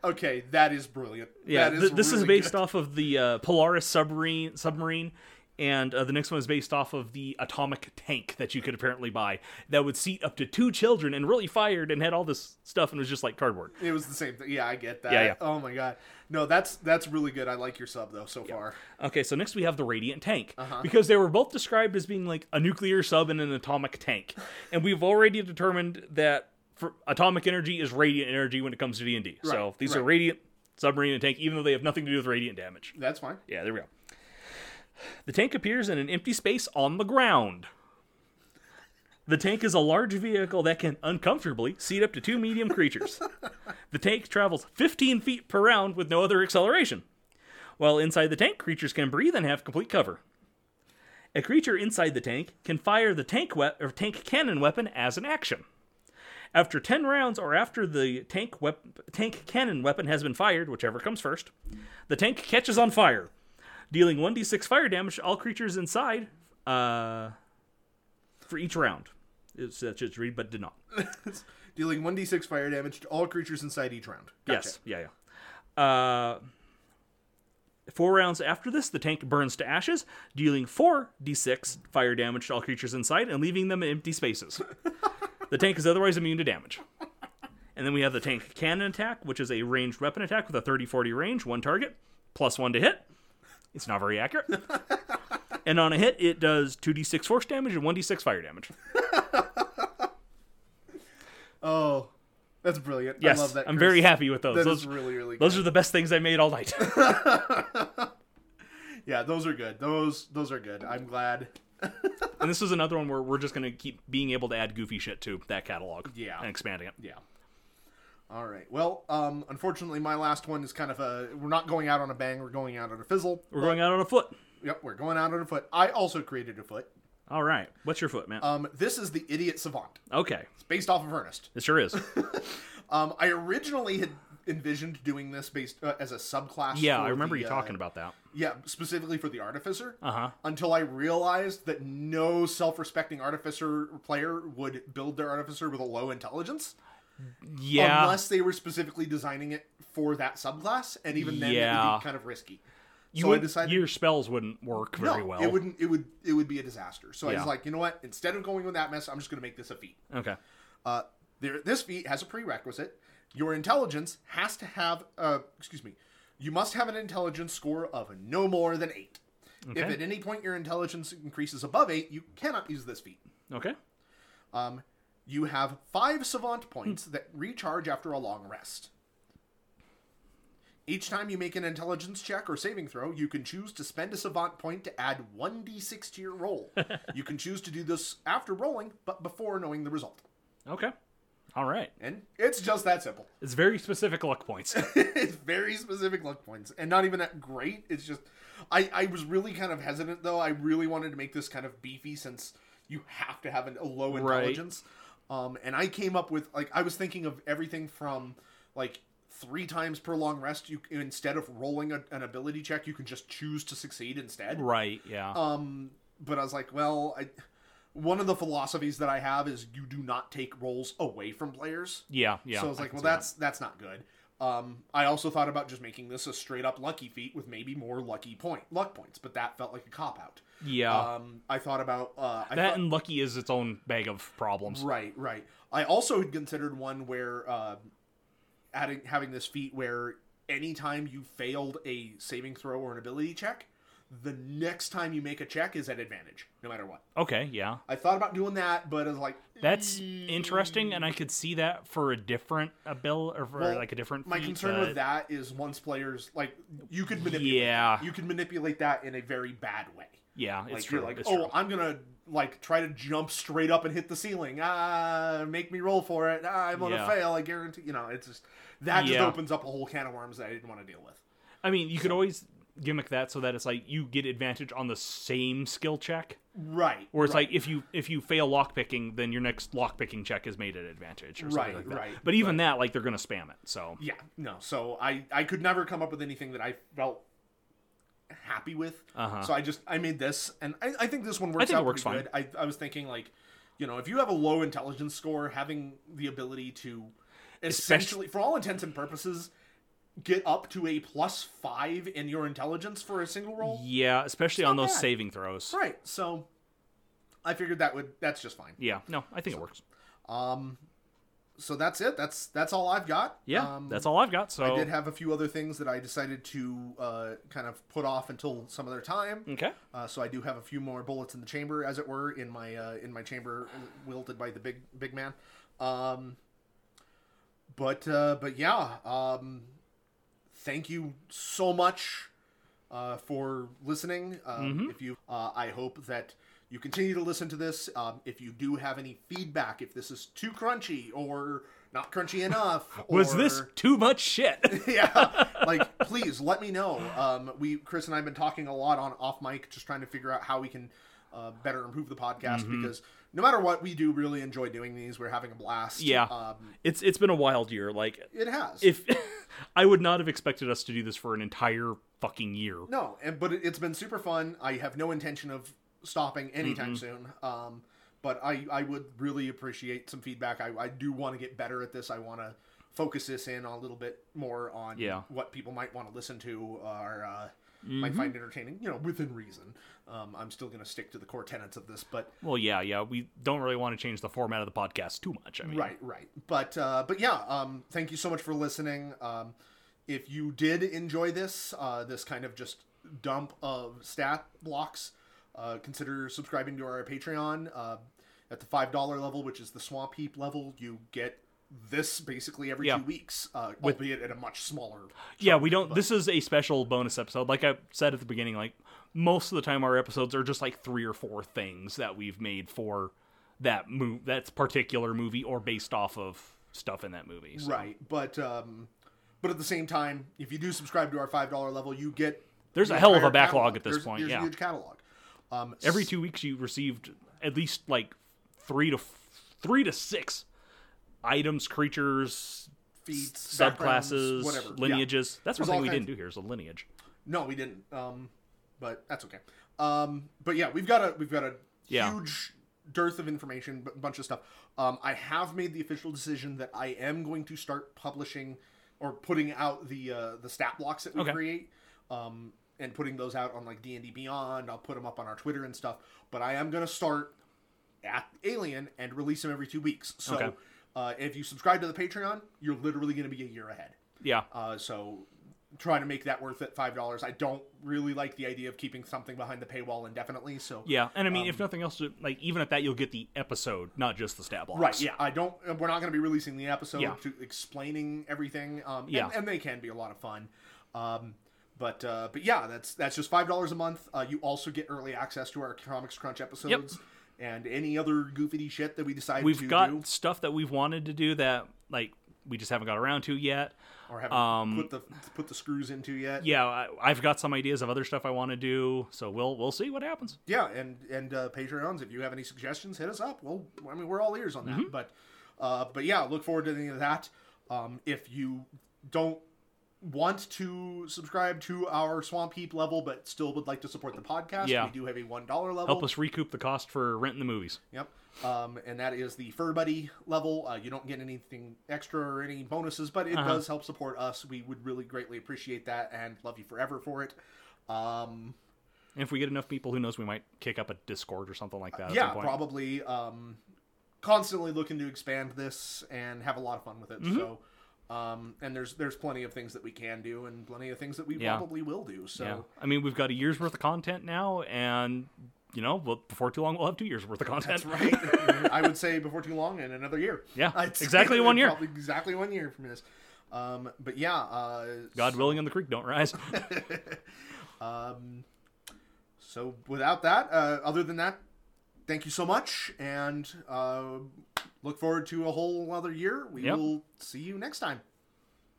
Speaker 1: okay, that is brilliant.
Speaker 2: Yeah,
Speaker 1: That
Speaker 2: th- this is
Speaker 1: really
Speaker 2: based off of the uh, Polaris submarine submarine And uh, the next one is based off of the atomic tank that you could apparently buy that would seat up to two children and really fired and had all this stuff and was just like cardboard.
Speaker 1: It was the same thing. Yeah, I get that.
Speaker 2: Yeah, yeah.
Speaker 1: Oh my god. No, that's that's really good. I like your sub though so far.
Speaker 2: Okay, so next we have the Radiant Tank
Speaker 1: Uh-huh.
Speaker 2: because they were both described as being like a nuclear sub and an atomic tank, and we've already determined that for atomic energy is radiant energy when it comes to D and D. So
Speaker 1: Right,
Speaker 2: these are
Speaker 1: right.
Speaker 2: radiant submarine and tank, even though they have nothing to do with radiant damage.
Speaker 1: That's fine.
Speaker 2: Yeah, there we go. The tank appears in an empty space on the ground. The tank is a large vehicle that can uncomfortably seat up to two medium creatures. the tank travels 15 feet per round with no other acceleration. While inside the tank, creatures can breathe and have complete cover. A creature inside the tank can fire the tank we- or tank cannon weapon as an action. After 10 rounds or after the tank wep- tank cannon weapon has been fired, whichever comes first, the tank catches on fire dealing 1d6 fire damage to all creatures inside uh, for each round. It's, that's just read, but did not.
Speaker 1: Dealing 1d6 fire damage to all creatures inside each round. Gotcha.
Speaker 2: Yes. Yeah, yeah. Uh, four rounds after this, the tank burns to ashes, dealing 4d6 fire damage to all creatures inside and leaving them in empty spaces. the tank is otherwise immune to damage. And then we have the tank cannon attack, which is a ranged weapon attack with a 30 40 range, one target, plus one to hit. It's not very accurate. and on a hit, it does 2d6 force damage and 1d6 fire damage.
Speaker 1: Oh, that's brilliant.
Speaker 2: Yes.
Speaker 1: I love that.
Speaker 2: I'm
Speaker 1: Chris.
Speaker 2: very happy with those.
Speaker 1: That
Speaker 2: those
Speaker 1: is really really good.
Speaker 2: those are the best things I made all night.
Speaker 1: yeah, those are good. Those those are good. I'm glad.
Speaker 2: And this is another one where we're just going to keep being able to add goofy shit to that catalog.
Speaker 1: Yeah.
Speaker 2: And expanding it.
Speaker 1: Yeah. All right. Well, um, unfortunately, my last one is kind of a. We're not going out on a bang. We're going out on a fizzle.
Speaker 2: We're going out on a foot.
Speaker 1: Yep, we're going out on a foot. I also created a foot.
Speaker 2: All right. What's your foot, man?
Speaker 1: Um, this is the idiot savant.
Speaker 2: okay.
Speaker 1: It's based off of Ernest.
Speaker 2: It sure is.
Speaker 1: Um, I originally had envisioned doing this based uh, as a subclass.
Speaker 2: Yeah,
Speaker 1: for
Speaker 2: I remember
Speaker 1: the,
Speaker 2: you
Speaker 1: uh,
Speaker 2: talking about that.
Speaker 1: Yeah, specifically for the artificer.
Speaker 2: Uh huh.
Speaker 1: until I realized that no self-respecting artificer player would build their artificer with a low intelligence
Speaker 2: Yeah.
Speaker 1: unless they were specifically designing it for that subclass, and even then it would
Speaker 2: Yeah.
Speaker 1: be kind of risky.
Speaker 2: you
Speaker 1: so I
Speaker 2: would,
Speaker 1: decided-
Speaker 2: your spells wouldn't work very
Speaker 1: no,
Speaker 2: well.
Speaker 1: it wouldn't. It would. It would be a disaster. So I
Speaker 2: Yeah.
Speaker 1: was like, you know what? Instead of going with that mess, I'm just going to make this a feat.
Speaker 2: Okay.
Speaker 1: Uh, there, this feat has a prerequisite. Your intelligence has to have, uh, excuse me, you must have an intelligence score of no more than eight. If
Speaker 2: Okay.
Speaker 1: at any point your intelligence increases above eight, you cannot use this feat.
Speaker 2: Okay.
Speaker 1: Um, you have five savant points that recharge after a long rest. Each time you make an intelligence check or saving throw, you can choose to spend a savant point to add 1d6 to your roll. you can choose to do this after rolling, but before knowing the result.
Speaker 2: Okay. All right.
Speaker 1: And it's just that simple.
Speaker 2: It's very specific luck points.
Speaker 1: it's very specific luck points, and not even that great. It's just, I, I was really kind of hesitant though. I really wanted to make this kind of beefy since you have to have an, a low intelligence. Um, and I came up with like I was thinking of everything from like three times per long rest. You instead of rolling a, an ability check, you can just choose to succeed instead.
Speaker 2: right. Yeah.
Speaker 1: Um, but I was like, well, I. One of the philosophies that I have is you do not take rolls away from players.
Speaker 2: yeah. Yeah.
Speaker 1: So I was like,
Speaker 2: can
Speaker 1: well,
Speaker 2: see that.
Speaker 1: that's that's not good. Um, I also thought about just making this a straight up lucky feat with maybe more lucky point luck points, but that felt like a cop out.
Speaker 2: Yeah.
Speaker 1: Um, I thought about uh, I
Speaker 2: that
Speaker 1: thought,
Speaker 2: and lucky is its own bag of problems.
Speaker 1: right, right. I also had considered one where uh, adding having this feat where anytime you failed a saving throw or an ability check, the next time you make a check is at advantage, no matter what.
Speaker 2: Okay. Yeah.
Speaker 1: I thought about doing that, but I was like,
Speaker 2: That's interesting, and I could see that for a different abil or for
Speaker 1: Well,
Speaker 2: like a different.
Speaker 1: My
Speaker 2: feat,
Speaker 1: concern
Speaker 2: but-
Speaker 1: with that is once players like you could manipulate.
Speaker 2: Yeah.
Speaker 1: that. you could manipulate that in a very bad way.
Speaker 2: Yeah, Ah. it's
Speaker 1: Like
Speaker 2: true.
Speaker 1: you're like,
Speaker 2: it's
Speaker 1: oh,
Speaker 2: true.
Speaker 1: I'm gonna like try to jump straight up and hit the ceiling. Ah, make me roll for it. Ah, I'm gonna
Speaker 2: Yeah.
Speaker 1: fail. I guarantee. You know, it's just that just
Speaker 2: Yeah.
Speaker 1: opens up a whole can of worms that I didn't want to deal with.
Speaker 2: I mean, you could always gimmick that so that it's like you get advantage on the same skill check,
Speaker 1: Right.
Speaker 2: or it's like if you if you fail lock picking, then your next lock picking check is made at advantage, or something
Speaker 1: Right,
Speaker 2: like that.
Speaker 1: right,
Speaker 2: but even that, like they're gonna spam it. So
Speaker 1: Yeah. No. So I I could never come up with anything that I felt happy with.
Speaker 2: Uh-huh.
Speaker 1: So I just I made this, and I, I think this one works
Speaker 2: think it
Speaker 1: out
Speaker 2: works
Speaker 1: pretty
Speaker 2: fine.
Speaker 1: good. I I was thinking like, you know, if you have a low intelligence score, having the ability to essentially, for all intents and purposes, get up to a plus five in your intelligence for a single roll.
Speaker 2: Yeah, especially on
Speaker 1: not
Speaker 2: those
Speaker 1: bad.
Speaker 2: saving throws.
Speaker 1: Right. So I figured that would that's just fine.
Speaker 2: Yeah, no, I think it works.
Speaker 1: So that's it. That's that's all I've got.
Speaker 2: Yeah,
Speaker 1: Um,
Speaker 2: that's all I've got. So
Speaker 1: I did have a few other things that I decided to uh, kind of put off until some other time.
Speaker 2: okay,
Speaker 1: Uh, so I do have a few more bullets in the chamber, as it were, in my uh, in my chamber, uh, wielded by the big big man. Um, but uh, but yeah, um, thank you so much uh, for listening. Um,
Speaker 2: Mm-hmm.
Speaker 1: If you, uh, I hope that you continue to listen to this. Um, if you do have any feedback, if this is too crunchy or not crunchy enough,
Speaker 2: was
Speaker 1: or-
Speaker 2: this too much shit?
Speaker 1: yeah like please let me know um we chris and i've been talking a lot on off mic just trying to figure out how we can uh, better improve the podcast because no matter what we do really enjoy doing these we're having a blast
Speaker 2: Yeah.
Speaker 1: um
Speaker 2: it's it's been a wild year. Like
Speaker 1: it has
Speaker 2: if I would not have expected us to do this for an entire fucking year.
Speaker 1: no and but it, it's been super fun i have no intention of stopping anytime soon um but i i would really appreciate some feedback i, I do want to get better at this i want to focus this in a little bit more on
Speaker 2: Yeah.
Speaker 1: what people might want to listen to or uh might find entertaining you know within reason um, i'm still going to stick to the core tenets of this but
Speaker 2: Well, yeah, yeah, we don't really want to change the format of the podcast too much. I mean,
Speaker 1: Right, right. But uh, but yeah, um, thank you so much for listening. Um, if you did enjoy this, uh, this kind of just dump of stat blocks, uh, consider subscribing to our Patreon uh, at the five dollar level, which is the Swamp Heap level. You get this basically every
Speaker 2: Yeah.
Speaker 1: two weeks, uh, albeit at a much smaller.
Speaker 2: yeah, we don't. This is a special bonus episode. Like I said at the beginning, like most of the time our episodes are just like three or four things that we've made for that move, that's particular movie, or based off of stuff in that movie. So
Speaker 1: Right, but um, but at the same time, if you do subscribe to our five dollar level, you get
Speaker 2: There's
Speaker 1: the
Speaker 2: a hell of a
Speaker 1: entire
Speaker 2: backlog
Speaker 1: catalog.
Speaker 2: at this
Speaker 1: There's-
Speaker 2: point,
Speaker 1: There's
Speaker 2: yeah.
Speaker 1: a huge catalog. Um,
Speaker 2: every two weeks you received at least like three to f- three to six items, creatures,
Speaker 1: feats, backgrounds,
Speaker 2: subclasses,
Speaker 1: whatever Yeah.
Speaker 2: lineages. That's one
Speaker 1: There's all
Speaker 2: thing we
Speaker 1: kinds-
Speaker 2: didn't do here is a lineage.
Speaker 1: No, we didn't. Um, but that's okay. Um, but yeah, we've got a we've got a
Speaker 2: Yeah.
Speaker 1: huge dearth of information, b- bunch of stuff. Um, I have made the official decision that I am going to start publishing or putting out the uh, the stat blocks that we
Speaker 2: Okay.
Speaker 1: create. Um, and putting those out on like D and D Beyond, I'll put them up on our Twitter and stuff. But I am gonna start at Alien and release them every two weeks. So
Speaker 2: Okay.
Speaker 1: uh, if you subscribe to the Patreon, you're literally gonna be a year ahead.
Speaker 2: Yeah.
Speaker 1: Uh, so trying to make that worth it five dollars. I don't really like the idea of keeping something behind the paywall indefinitely. So
Speaker 2: Yeah, and I mean,
Speaker 1: Um,
Speaker 2: if nothing else, like even at that, you'll get the episode, not just the stat blocks.
Speaker 1: Right, yeah, I don't. uh, We're not going to be releasing the episode
Speaker 2: Yeah.
Speaker 1: to explaining everything. Um, and-
Speaker 2: Yeah.
Speaker 1: and, they can be a lot of fun. Um, but uh, but yeah, that's that's just five dollars a month. Uh, you also get early access to our Comics Crunch episodes and any other goofy shit that we decide
Speaker 2: We've
Speaker 1: to
Speaker 2: got
Speaker 1: do
Speaker 2: stuff that we've wanted to do that like we just haven't got around to yet.
Speaker 1: or haven't
Speaker 2: um,
Speaker 1: put the put the screws into yet.
Speaker 2: Yeah, I, I've got some ideas of other stuff I want to do, so we'll we'll see what happens.
Speaker 1: yeah and and uh, patreons if you have any suggestions hit us up well i mean we're all ears on that
Speaker 2: Mm-hmm.
Speaker 1: but uh, but yeah look forward to any of that um, if you don't want to subscribe to our swamp heap level but still would like to support the podcast
Speaker 2: Yeah.
Speaker 1: we do have a one dollar level
Speaker 2: Help us recoup the cost for renting the movies.
Speaker 1: Yep. Um, and that is the Fur Buddy level. Uh, you don't get anything extra or any bonuses, but
Speaker 2: Uh-huh.
Speaker 1: it does help support us. We would really greatly appreciate that and love you forever for it. Um,
Speaker 2: And if we get enough people, who knows, we might kick up a Discord or something like that. at
Speaker 1: yeah,
Speaker 2: some point.
Speaker 1: probably. Um, constantly looking to expand this and have a lot of fun with it.
Speaker 2: Mm-hmm.
Speaker 1: So, um, and there's there's plenty of things that we can do and plenty of things that we
Speaker 2: Yeah.
Speaker 1: probably will do. So,
Speaker 2: Yeah. I mean, we've got a year's worth of content now, and you know, well, before too long, we'll have two years worth of content.
Speaker 1: that's right. I would say before too long in another year.
Speaker 2: Yeah,
Speaker 1: I'd say
Speaker 2: exactly one year.
Speaker 1: Probably exactly one year from this. Um, but yeah, uh,
Speaker 2: God willing, and the creek don't rise.
Speaker 1: so without that, uh, other than that, thank you so much and uh, look forward to a whole other year. We
Speaker 2: Yep.
Speaker 1: will see you next time.